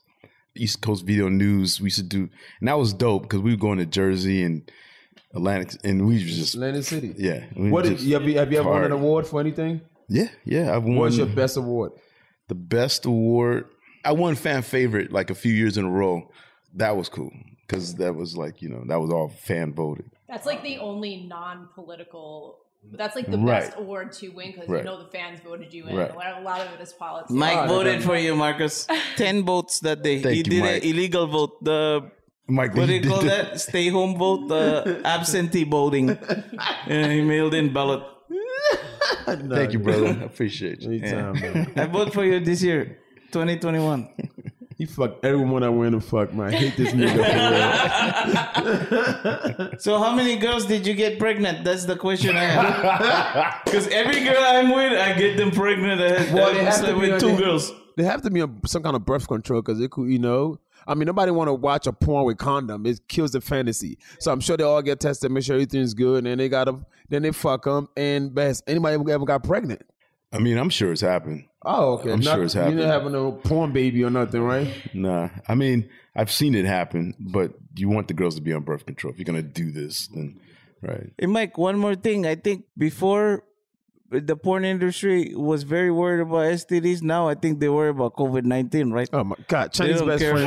East Coast video news. We used to do, and that was dope because we were going to Jersey and Atlantic, and we was just
Atlantic City.
Yeah. we
What did,
just
you have, you- have you ever won an
partied.
award for anything?
Yeah, yeah. I've won.
What's your best award?
The best award. I won fan favorite like a few years in a row. That was cool because that was like you know that was all fan voted.
That's like the only non-political. That's like the
Um, Right.
best award to win because
Right.
you know the fans voted you in.
Right.
A lot of it is politics.
Mike voted for you, Marcus. Ten votes that day.
Thank
he
you,
did
Mike.
an illegal vote. The
Mike,
what do
you
you
did
call
the-
that? Stay home vote. The absentee voting. and he mailed in ballot.
Thank you, brother. I appreciate you.
Yeah. I vote for you this year, 2021.
He fucked everyone I went and fucked, man. I hate this nigga.
So how many girls did you get pregnant? That's the question I have. Because every girl I'm with, I get them pregnant. I,
Well, they
I
have
slept
to be
with
on
two
the-
girls.
They have to be on some kind of birth control because it could, you know. I mean, nobody want to watch a porn with condom. It kills the fantasy. So I'm sure they all get tested, make sure everything's good, and then they got them, then they fuck them, and best anybody ever got pregnant.
I mean, I'm sure it's happened.
Oh, okay.
I'm
Not-
sure it's
You
happened.
didn't have no porn baby or nothing, right?
Nah, I mean, I've seen it happen, but you want the girls to be on birth control. If you're gonna do this, then right.
Hey, Mike, one more thing. I think before the porn industry was very worried about STDs. Now I think they worry about COVID 19, right?
Oh, my God.
Chinese best friend.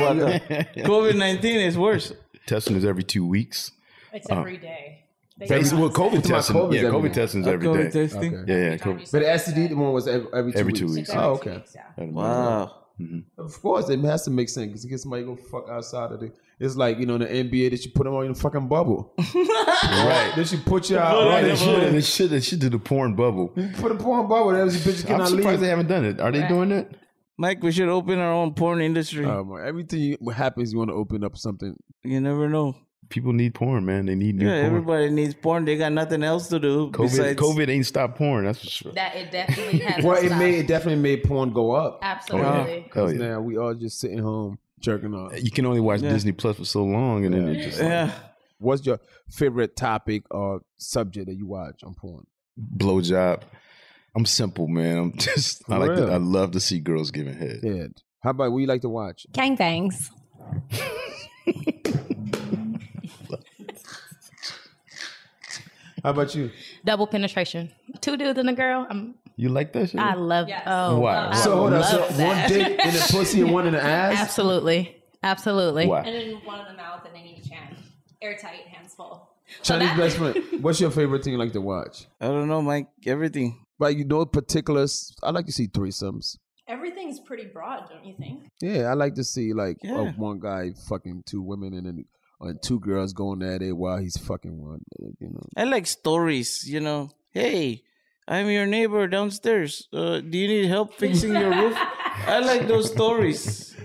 COVID 19 is worse.
Testing is every two weeks.
It's
Uh,
every day. They
Basically,
are not-
well, COVID
Talking about
testing.
COVID
yeah,
every
COVID
day.
testing is
Oh,
every day.
COVID testing?
Yeah, yeah. COVID.
But the STD one was every, every two
Every
weeks.
two weeks.
Oh, okay.
Wow.
Mm-hmm.
Of course, it has to make sense because it gets somebody go fuck outside of the. It's like you know in the NBA that you put them all in a fucking bubble. right. Then she put you out.
Right,
uh, Right.
they
They
should. They
put-
should. They should do the porn bubble.
Put a porn bubble. That was a bitch you
I'm
cannot
surprised
leave.
they haven't done it. Are they
Right.
doing it?
Mike, we should open our own porn industry.
Oh, my- everything you, what happens, you want to open up something.
You never know.
People need porn, man. They need new
yeah,
porn.
everybody needs porn. They got nothing else to do
COVID,
besides
COVID ain't stopped porn. That's for sure.
That it definitely has.
Well, it
stopped.
made it definitely made porn go up.
Absolutely.
Hell Oh, yeah.
Now we all just sitting home jerking off.
You can only watch Disney Plus for so long, and then it just like,
What's your favorite topic or subject that you watch on porn?
blowjob. I'm simple, man. I'm just. I
For
like. To,
real?
I love to see girls giving head.
Yeah. How about what you like to watch?
Gangbangs.
How about you?
Double penetration. Two dudes and a girl. I'm,
You like that shit?
I love. Oh,
Why?
I
So hold on.
love
So one
that.
dick in the pussy and one in the ass.
Absolutely. Absolutely.
Why?
And then one in the mouth and then each hand. Airtight, hands full.
Chinese best friend. What's your favorite thing you like to watch?
I don't know, Mike. Everything.
But you know, particulars. I like to see threesomes.
Everything's pretty broad, don't you think?
Yeah, I like to see like uh,
Yeah.
one guy fucking two women and then and two girls going at it while he's fucking one. uh, You know.
I like stories, you know. Hey, I'm your neighbor downstairs. Uh, do you need help fixing your roof? I like those stories.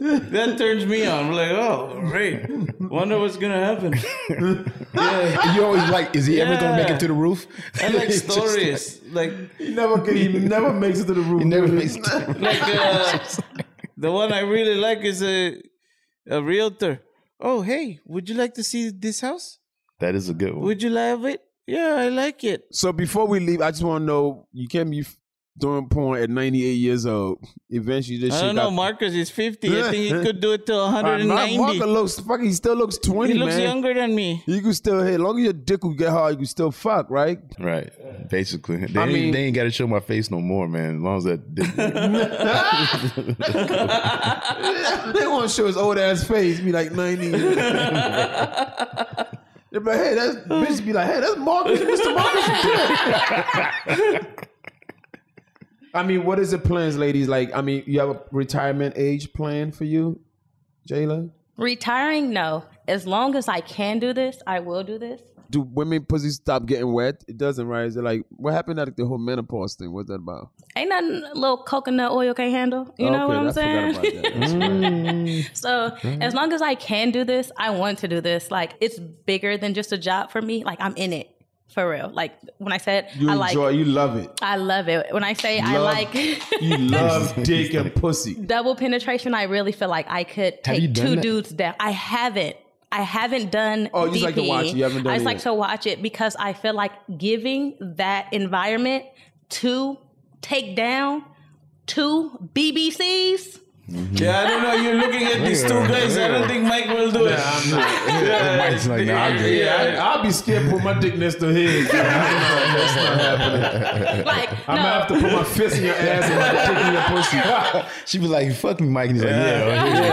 That turns me on. I'm like, oh, great. Wonder what's going to happen.
You always like. Is he ever gonna make
Yeah.
it to the roof?
I like
It's just
stories. Like,
he never could, he never makes it to the roof. He
never makes it.
like uh, the one I really like is a, a realtor. Oh, hey, would you like to see this house?
That is a good one.
Would you love it? Yeah, I like it.
So before we leave, I just want to know you can't be f- doing porn at 98 years old. Eventually, this
I
shit
don't know.
got.
Marcus is 50. I think he could do it till
All right,
190.
Mark- Marco looks fucking. He still looks 20.
He looks
man.
younger than me.
You can still hit. Long as your dick will get hard, you can still fuck, right?
Right. Basically, they,
I
ain't,
mean-
they ain't got to show my face no more, man. As long as that. dick-
they want to show his old ass face, be like 90. They're like, hey, that's bitch be like, hey, that's Marcus, Mr. Marcus. Pitt." I mean, what is the plans, ladies? Like, I mean, you have a retirement age plan for you, Jayla?
Retiring? No. As long as I can do this, I will do this.
Do women pussy stop getting wet? It doesn't, right? Is it like what happened at the whole menopause thing? What's that about?
Ain't nothing a little coconut oil can't handle. You know
Okay,
what I'm
I
saying?
forgot about that. That's right.
So
Mhm.
as long as I can do this, I want to do this. Like it's bigger than just a job for me. Like I'm in it for real. Like when I said
You
I
enjoy,
like,
you love it.
I love it. When I say I
Love-
like
You love dick and pussy.
double penetration, I really feel like I could
Have you
take
done
two
that?
dudes down. I haven't. I haven't done.
Oh, you just like to
DP.
watch it. You haven't done
I
it
just like
yet.
to watch it because I feel like giving that environment to take down two BBCs.
Yeah, I don't know. You're looking at these two guys. I don't think Mike will do it.
I'm not. Mike's like, nah, I'm good. Yeah, I, I'll be scared to put my dick next to his. That's not, that's not happening.
Like,
I'm gonna have to put my fist in your ass and my dick in your pussy.
she was like, "Fuck me, Mike," and he's like, "Yeah,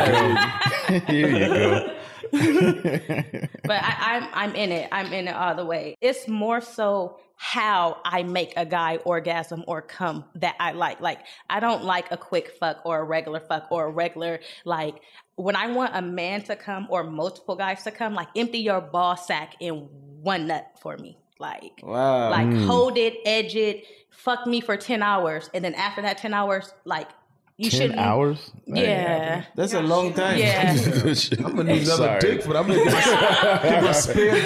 here you go, here you go."
but I, I'm I'm in it. I'm in it all the way. It's more so how I make a guy orgasm or come that I like. Like I don't like a quick fuck or a regular fuck or a regular like when I want a man to come or multiple guys to come, like empty your ball sack in one nut for me. Like
Wow.
Hmm.
like hold it, edge it, fuck me for 10 hours. And then after that 10 hours, like you
10
shouldn't.
hours? Like,
Yeah.
That's a long time.
Yeah.
I'm
gonna need another dick for that. I'm gonna get my- get my spare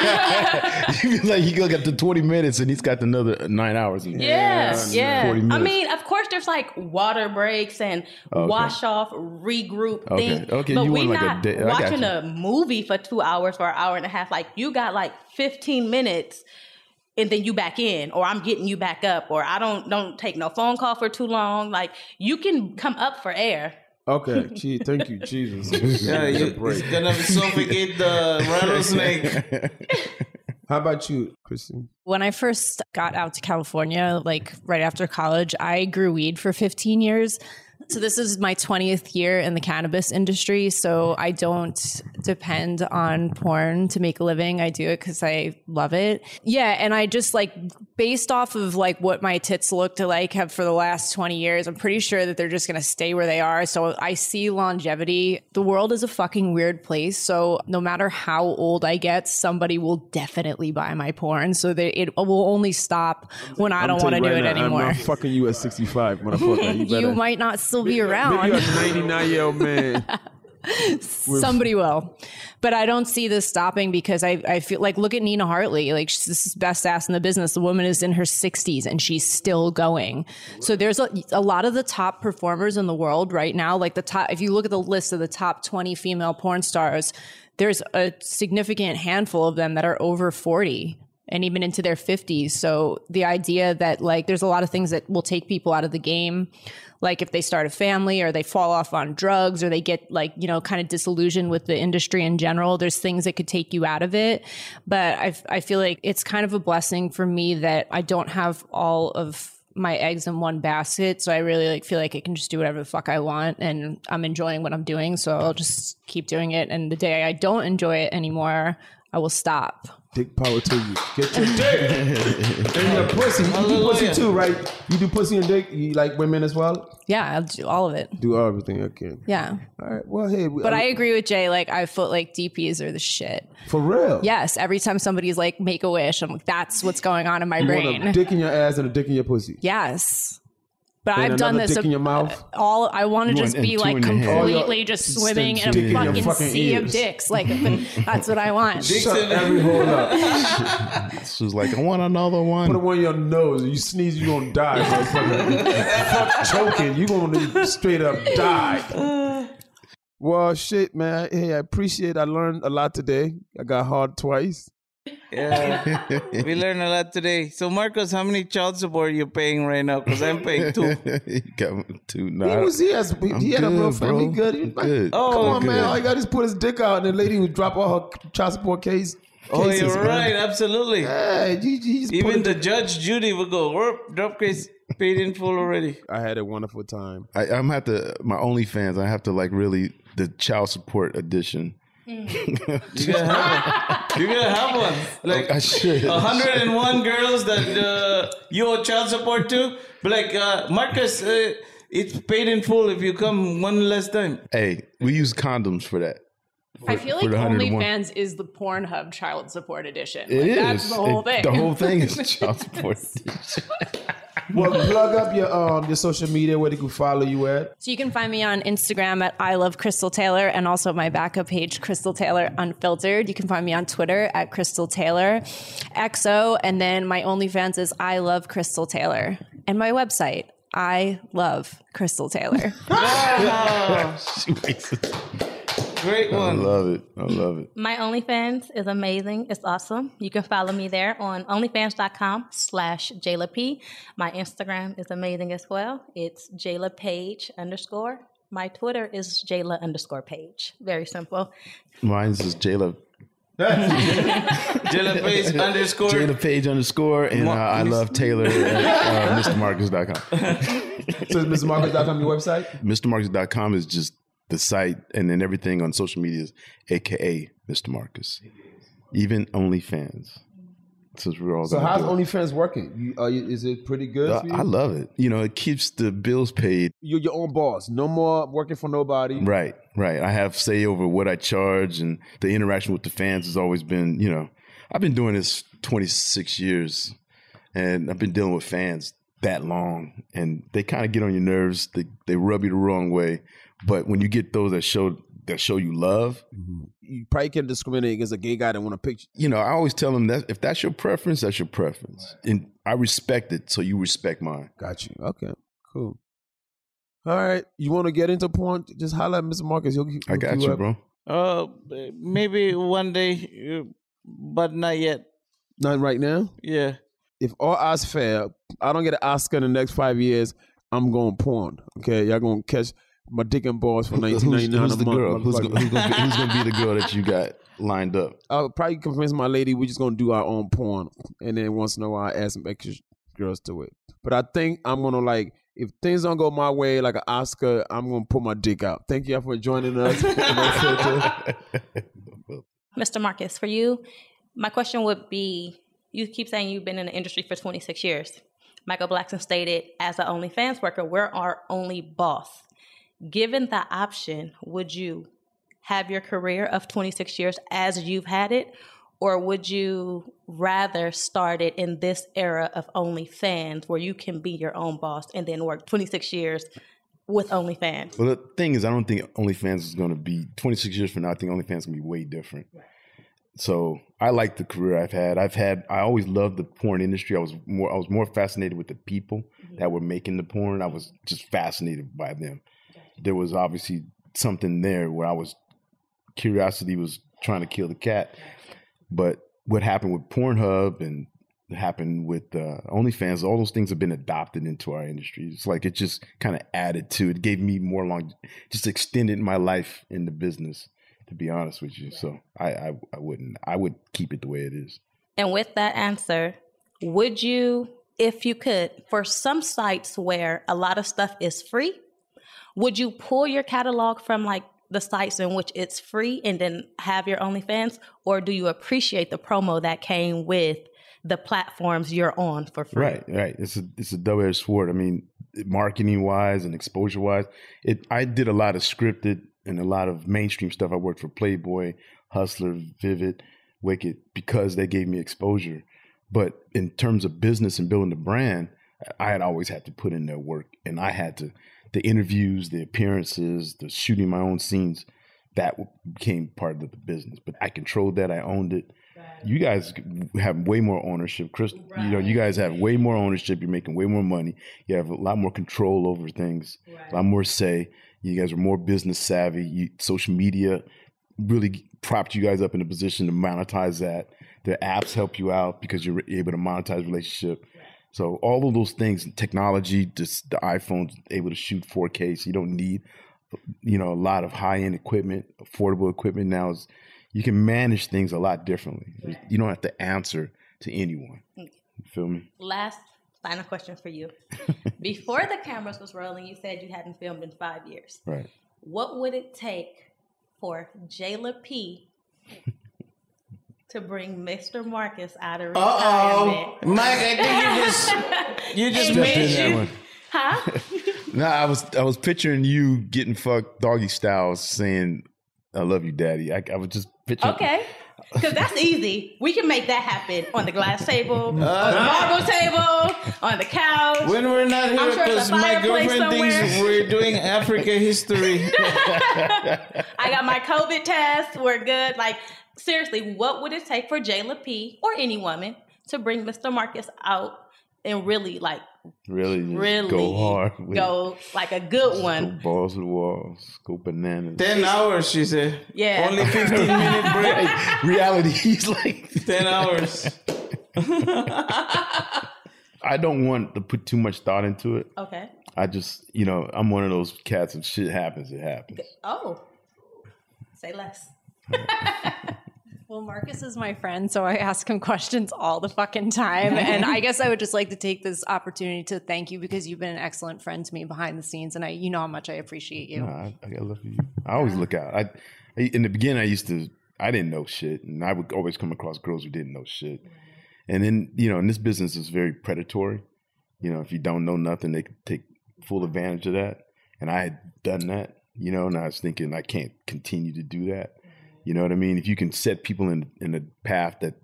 dick. you be like you look at the 20 minutes and he's got another nine hours. In
Yeah, yeah.
40
I
minutes.
mean, of course, there's like water breaks and
Okay.
wash off, regroup
Okay,
things.
okay,
but
you
we
want like a
not
day- I got
watching
you.
a movie for two hours or an hour and a half. Like you got like 15 minutes, and then you back in, or I'm getting you back up, or I don't don't take no phone call for too long. Like you can come up for air.
Okay, gee, thank you, Jesus.
Yeah, you-
Break.
it's gonna suffocate the rattlesnake.
How about you, Christine?
When I first got out to California, like right after college, I grew weed for 15 years. So this is my 20th year in the cannabis industry. So I don't depend on porn to make a living. I do it because I love it. Yeah. And I just like, based off of like what my tits looked like have for the last 20 years, I'm pretty sure that they're just going to stay where they are. So I see longevity. The world is a fucking weird place. So no matter how old I get, somebody will definitely buy my porn. So they, it will only stop when I don't want to do it anymore.
I'm not fucking you at 65, motherfucker. You,
you,
better.
might not still
Maybe
be around.
you're a 99 year old man. We're-
Somebody will. But I don't see this stopping because I, I feel like, look at Nina Hartley. Like, she's this is best ass in the business. The woman is in her 60s and she's still going. So there's a, a lot of the top performers in the world right now. Like, the top, if you look at the list of the top 20 female porn stars, there's a significant handful of them that are over 40 and even into their 50s. So the idea that like there's a lot of things that will take people out of the game, like if they start a family or they fall off on drugs or they get like, you know, kind of disillusioned with the industry in general, there's things that could take you out of it. But I I feel like it's kind of a blessing for me that I don't have all of my eggs in one basket, so I really like feel like I can just do whatever the fuck I want and I'm enjoying what I'm doing, so I'll just keep doing it and the day I don't enjoy it anymore, I will stop.
dick power to you. Get your dick and your pussy. You do pussy
Hallelujah.
too, right? You do pussy and dick. You like women as well.
Yeah, I'll do all of it.
Do everything I can.
Yeah.
All right. Well, hey, we-
But I agree with Jay. Like, I feel like DPs are the shit.
for real.
Yes. Every time somebody's like, make a wish, I'm like, that's what's going on in my
you want
brain.
a dick in your ass and a dick in your pussy.
yes. But
and
I've done
another
this.
Dick in your mouth.
all I want to
You
just
want- and
be
two
like
in your hand.
completely
All your-
just swimming in
Dick in your
a fucking,
fucking
sea of
ears.
dicks. Like that's what I want.
Shut every hole up.
She's like, I want another one.
Put one in your nose. You sneeze, you gonna die. motherfucker. Fuck choking. You gonna straight up die. Well, shit, man. Hey, I appreciate. I learned a lot today. I got hard twice.
Yeah. we learned a lot today. So, Marcos, how many child support are you paying right now? Because I'm paying two.
he got two. Nah,
He was he has
I'm
he had a real
good,
family
bro.
good. He was like, oh,
Good.
Oh,
come
I'm
on, man.
good.
All you got is put his dick out, and the lady would drop all her child support case.
Oh,
cases,
you're
man.
right. Absolutely.
Yeah, you- you just put
Even
it-
the judge, Judy, will go, "Whoop, drop case paid in full already.
I had a wonderful time.
I, I'm have to my OnlyFans. I have to like really the child support edition.
You gotta have one. You gotta have one. Like
Oh, I should.
101 girls that uh, you owe child support to. But like uh, Marcus, uh, it's paid in full if you come one less time.
Hey, we use condoms for that.
I feel
For
like
the 101.
OnlyFans is the Pornhub child support edition.
It is.
Like, That's the whole
It-
thing.
The whole thing is child support. edition.
Well, plug up your um your social media where they can follow you at.
So you can find me on Instagram at I love Crystal Taylor and also my backup page, Crystal Taylor Unfiltered. You can find me on Twitter at Crystal Taylor XO. And then my OnlyFans is I love Crystal Taylor. And my website, I love Crystal Taylor.
Oh,
Oh.
She makes it-
Great
I
one.
love it. I love it.
My OnlyFans is amazing. It's awesome. You can follow me there on onlyfans.com slash Jayla P. My Instagram is amazing as well. It's Jayla Page underscore. My Twitter is Jayla underscore Page. Very simple.
Mine's is Jayla.
Jayla Page underscore.
Jayla Page underscore and uh, I love Taylor at uh, MrMarcus.com.
So it's MrMarcus.com, your website?
MrMarcus.com is just the site, and then everything on social media is AKA Mr. Marcus, even OnlyFans. Since we're all
So
gonna
how's
do it.
OnlyFans working? You, are you, is it pretty good?
Uh,
for you?
I love it. You know, it keeps the bills paid.
You're your own boss. No more working for nobody.
Right, right. I have say over what I charge, and the interaction with the fans has always been, you know, I've been doing this 26 years, and I've been dealing with fans that long, and they kind of get on your nerves. They they rub you the wrong way. But when you get those that show that show you love,
you probably can't discriminate against a gay guy that want a picture.
you know, I always tell them that if that's your preference, that's your preference, and I respect it. So you respect mine.
Got you. Okay, cool. All right, you want to get into porn? Just highlight Mr. Marcus. He'll, he'll
I got
hook
you,
up.
bro.
Uh, maybe one day, uh, but not yet.
Not right now.
Yeah.
If all eyes fail, I don't get an Oscar in the next five years. I'm going porn. Okay, y'all gonna catch my dick and balls for
Who- who's-
1999
who's
a
the
month,
girl? Who's
motherfucker.
go- who's gonna be- who's gonna be the girl that you got lined up?
I'll probably convince my lady we're just gonna do our own porn, and then once in a while I add some extra girls to it. But I think I'm gonna like if things don't go my way, like an Oscar, I'm gonna pull my dick out. Thank y'all for joining us.
Mr. Marcus, for you, my question would be you keep saying you've been in the industry for 26 years. Michael Blackson stated, as an OnlyFans worker, we're our only boss. Given the option, would you have your career of 26 years as you've had it, or would you rather start it in this era of OnlyFans where you can be your own boss and then work 26 years with OnlyFans?
Well, the thing is, I don't think OnlyFans is going to be 26 years from now. I think OnlyFans is going to be way different. So I like the career I've had. I've had. I always loved the porn industry. I was more. I was more fascinated with the people that were making the porn. I was just fascinated by them. There was obviously something there where I was curiosity was trying to kill the cat. But what happened with Pornhub and what happened with uh, OnlyFans, all those things have been adopted into our industry. It's like it just kind of added to it. Gave me more long, just extended my life in the business. To be honest with you, so I, I I wouldn't. I would keep it the way it is.
And with that answer, would you, if you could, for some sites where a lot of stuff is free, would you pull your catalog from like the sites in which it's free and then have your OnlyFans? Or do you appreciate the promo that came with the platforms you're on for free?
Right, right. It's a it's a double edged sword. I mean, marketing wise and exposure wise, it. I did a lot of scripted and a lot of mainstream stuff. I worked for Playboy, Hustler, Vivid, Wicked because they gave me exposure. But in terms of business and building the brand, I had always had to put in their work, and I had to the interviews, the appearances, the shooting my own scenes. That became part of the business, but I controlled that. I owned it you guys have way more ownership chris you know you guys have way more ownership you're making way more money you have a lot more control over things a lot more say you guys are more business savvy you, social media really propped you guys up in a position to monetize that the apps help you out because you're able to monetize relationship so all of those things technology just the iphone's able to shoot 4k so you don't need you know a lot of high end equipment, affordable equipment now is you can manage things a lot differently. You don't have to answer to anyone.
Okay.
You feel me?
Last final question for you. Before the cameras was rolling, you said you hadn't filmed in five years.
Right.
What would it take for Jayla P to bring Mr. Marcus out of
Uh-oh.
retirement?
Mike, I think you just- you just
And
made
make
that
you-
one.
Huh?
No, I was I was picturing you getting fucked doggy styles saying I love you daddy. I, I was just picturing
Okay. Because that's easy. We can make that happen on the glass table, on the
Uh-huh.
marble table, on the couch.
When we're not
I'm
here,
sure
because
it's a
my
fireplace
girlfriend thinks
somewhere.
we're doing Africa history.
I got my COVID test. We're good. Like, seriously, what would it take for Jayla P or any woman to bring Mr. Marcus out and really, like,
really just
really
go hard with
go like a good
go
one?
balls to the walls, go bananas.
10 hours, she said.
Yeah.
Only 15 minute break.
Reality, he's like
10 hours.
I don't want to put too much thought into it.
Okay.
I just you know, I'm one of those cats if shit happens, it happens.
Oh, say less.
Well, Marcus is my friend, so I ask him questions all the fucking time. And I guess I would just like to take this opportunity to thank you because you've been an excellent friend to me behind the scenes, and I, you know how much I appreciate you.
No, I, I got love for you. I always look out. I, I in the beginning I used to I didn't know shit, and I would always come across girls who didn't know shit. And then you know, and this business is very predatory. You know, if you don't know nothing, they could take full advantage of that. And I had done that, you know, and I was thinking I can't continue to do that. You know what I mean? If you can set people in in a path that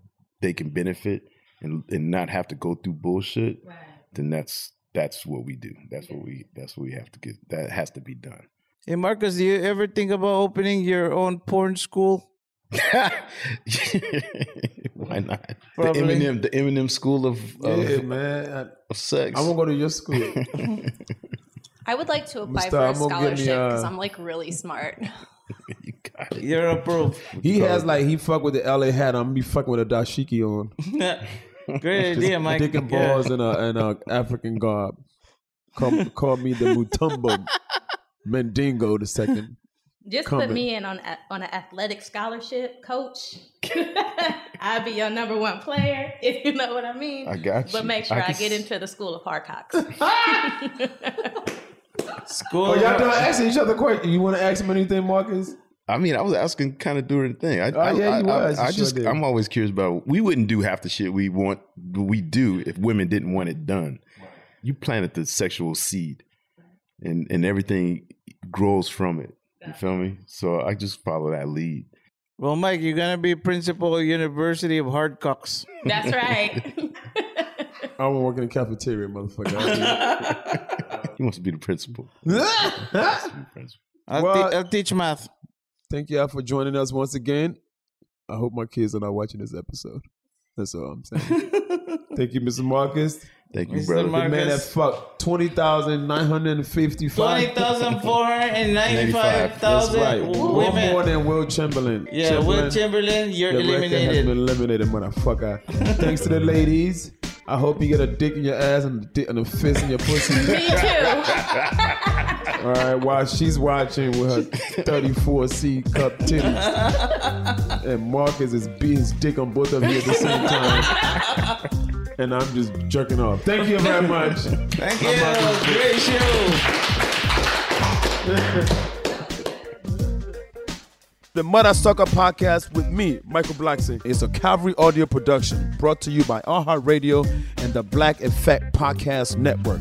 they can benefit and and not have to go through bullshit, then that's that's what we do. That's what we that's what we have to get. That has to be done.
Hey, Marcus, do you ever think about opening your own porn school?
Why not?
Probably.
The Eminem, the Eminem school of, of
Yeah, man. I-
of sex.
I'm gonna go to your school.
I would like to apply
Mister,
for a
I'm gonna give me,
scholarship because
uh,
I'm like really smart.
You're approved.
He has like he fuck with the LA hat. I'm gonna be fucking with a dashiki on.
Great idea, Mike.
Dick and
Yeah.
balls in a in a African garb. Call, call me the Mutumba Mandingo the second.
Just
Coming.
put me in on a, on an athletic scholarship, coach. I'll be your number one player, if you know what I mean.
I got
But
you.
make sure
I
I,
can
get
s-
into the school of hard cocks.
School.
Oh, y'all done asking each other questions. You want to ask him anything, Marcus?
I mean, I was asking kind of doing the thing. I, I,
Oh, yeah, you
I- I-
was. You
I
sure
just,
did.
I'm always curious about. We wouldn't do half the shit we want. We do if women didn't want it done. You planted the sexual seed, and and everything grows from it. You feel me? So I just follow that lead.
Well, Mike, you're gonna be principal of University of Hard Cocks.
That's right.
I want to work in the cafeteria, motherfucker.
he wants to be the principal.
I'll, te- I'll teach math.
Thank y'all for joining us once again. I hope my kids are not watching this episode. That's all I'm saying. Thank you, Mr. Marcus.
Thank
you, Mr. brother.
The man that
Marcus.
fucked 20,955 That's
20,495,000
right. One
women.
more than Will Chamberlain.
Yeah, Will Chamberlain, you're
the record Has
eliminated.
been eliminated, motherfucker. Thanks to the ladies. I hope you get a dick in your ass and a, dick, and a fist in your pussy.
Me too.
All right, while she's watching with her 34C cup titties, and Marcus is beating his dick on both of you at the same time, and I'm just jerking off. Thank you very much.
Thank you. Great show.
The Mother Sucker Podcast with me, Michael Blackson, is a Calvary audio production brought to you by AHA Radio and the Black Effect Podcast Network.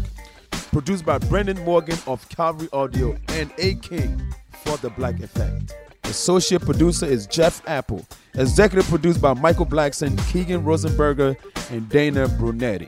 Produced by Brendan Morgan of Calvary Audio and A King for the Black Effect. Associate producer is Jeff Apple. Executive produced by Michael Blackson, Keegan Rosenberger, and Dana Brunetti.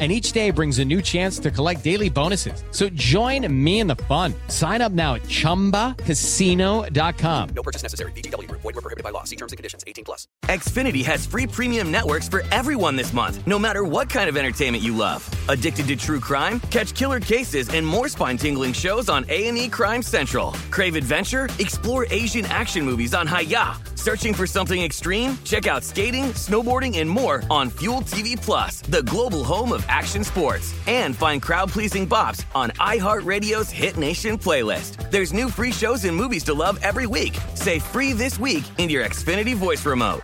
And each day brings a new chance to collect daily bonuses. So join me in the fun. Sign up now at chumbacasino.com.
No purchase necessary. VGW Group. Void were prohibited by law. See terms and conditions. 18 plus.
Xfinity has free premium networks for everyone this month, no matter what kind of entertainment you love. Addicted to true crime? Catch killer cases and more spine-tingling shows on A&E Crime Central. Crave adventure? Explore Asian action movies on Hayya. Searching for something extreme? Check out skating, snowboarding, and more on Fuel TV Plus, the global home of action sports. And find crowd-pleasing bops on iHeartRadio's Hit Nation playlist. There's new free shows and movies to love every week. Say free this week in your Xfinity voice remote.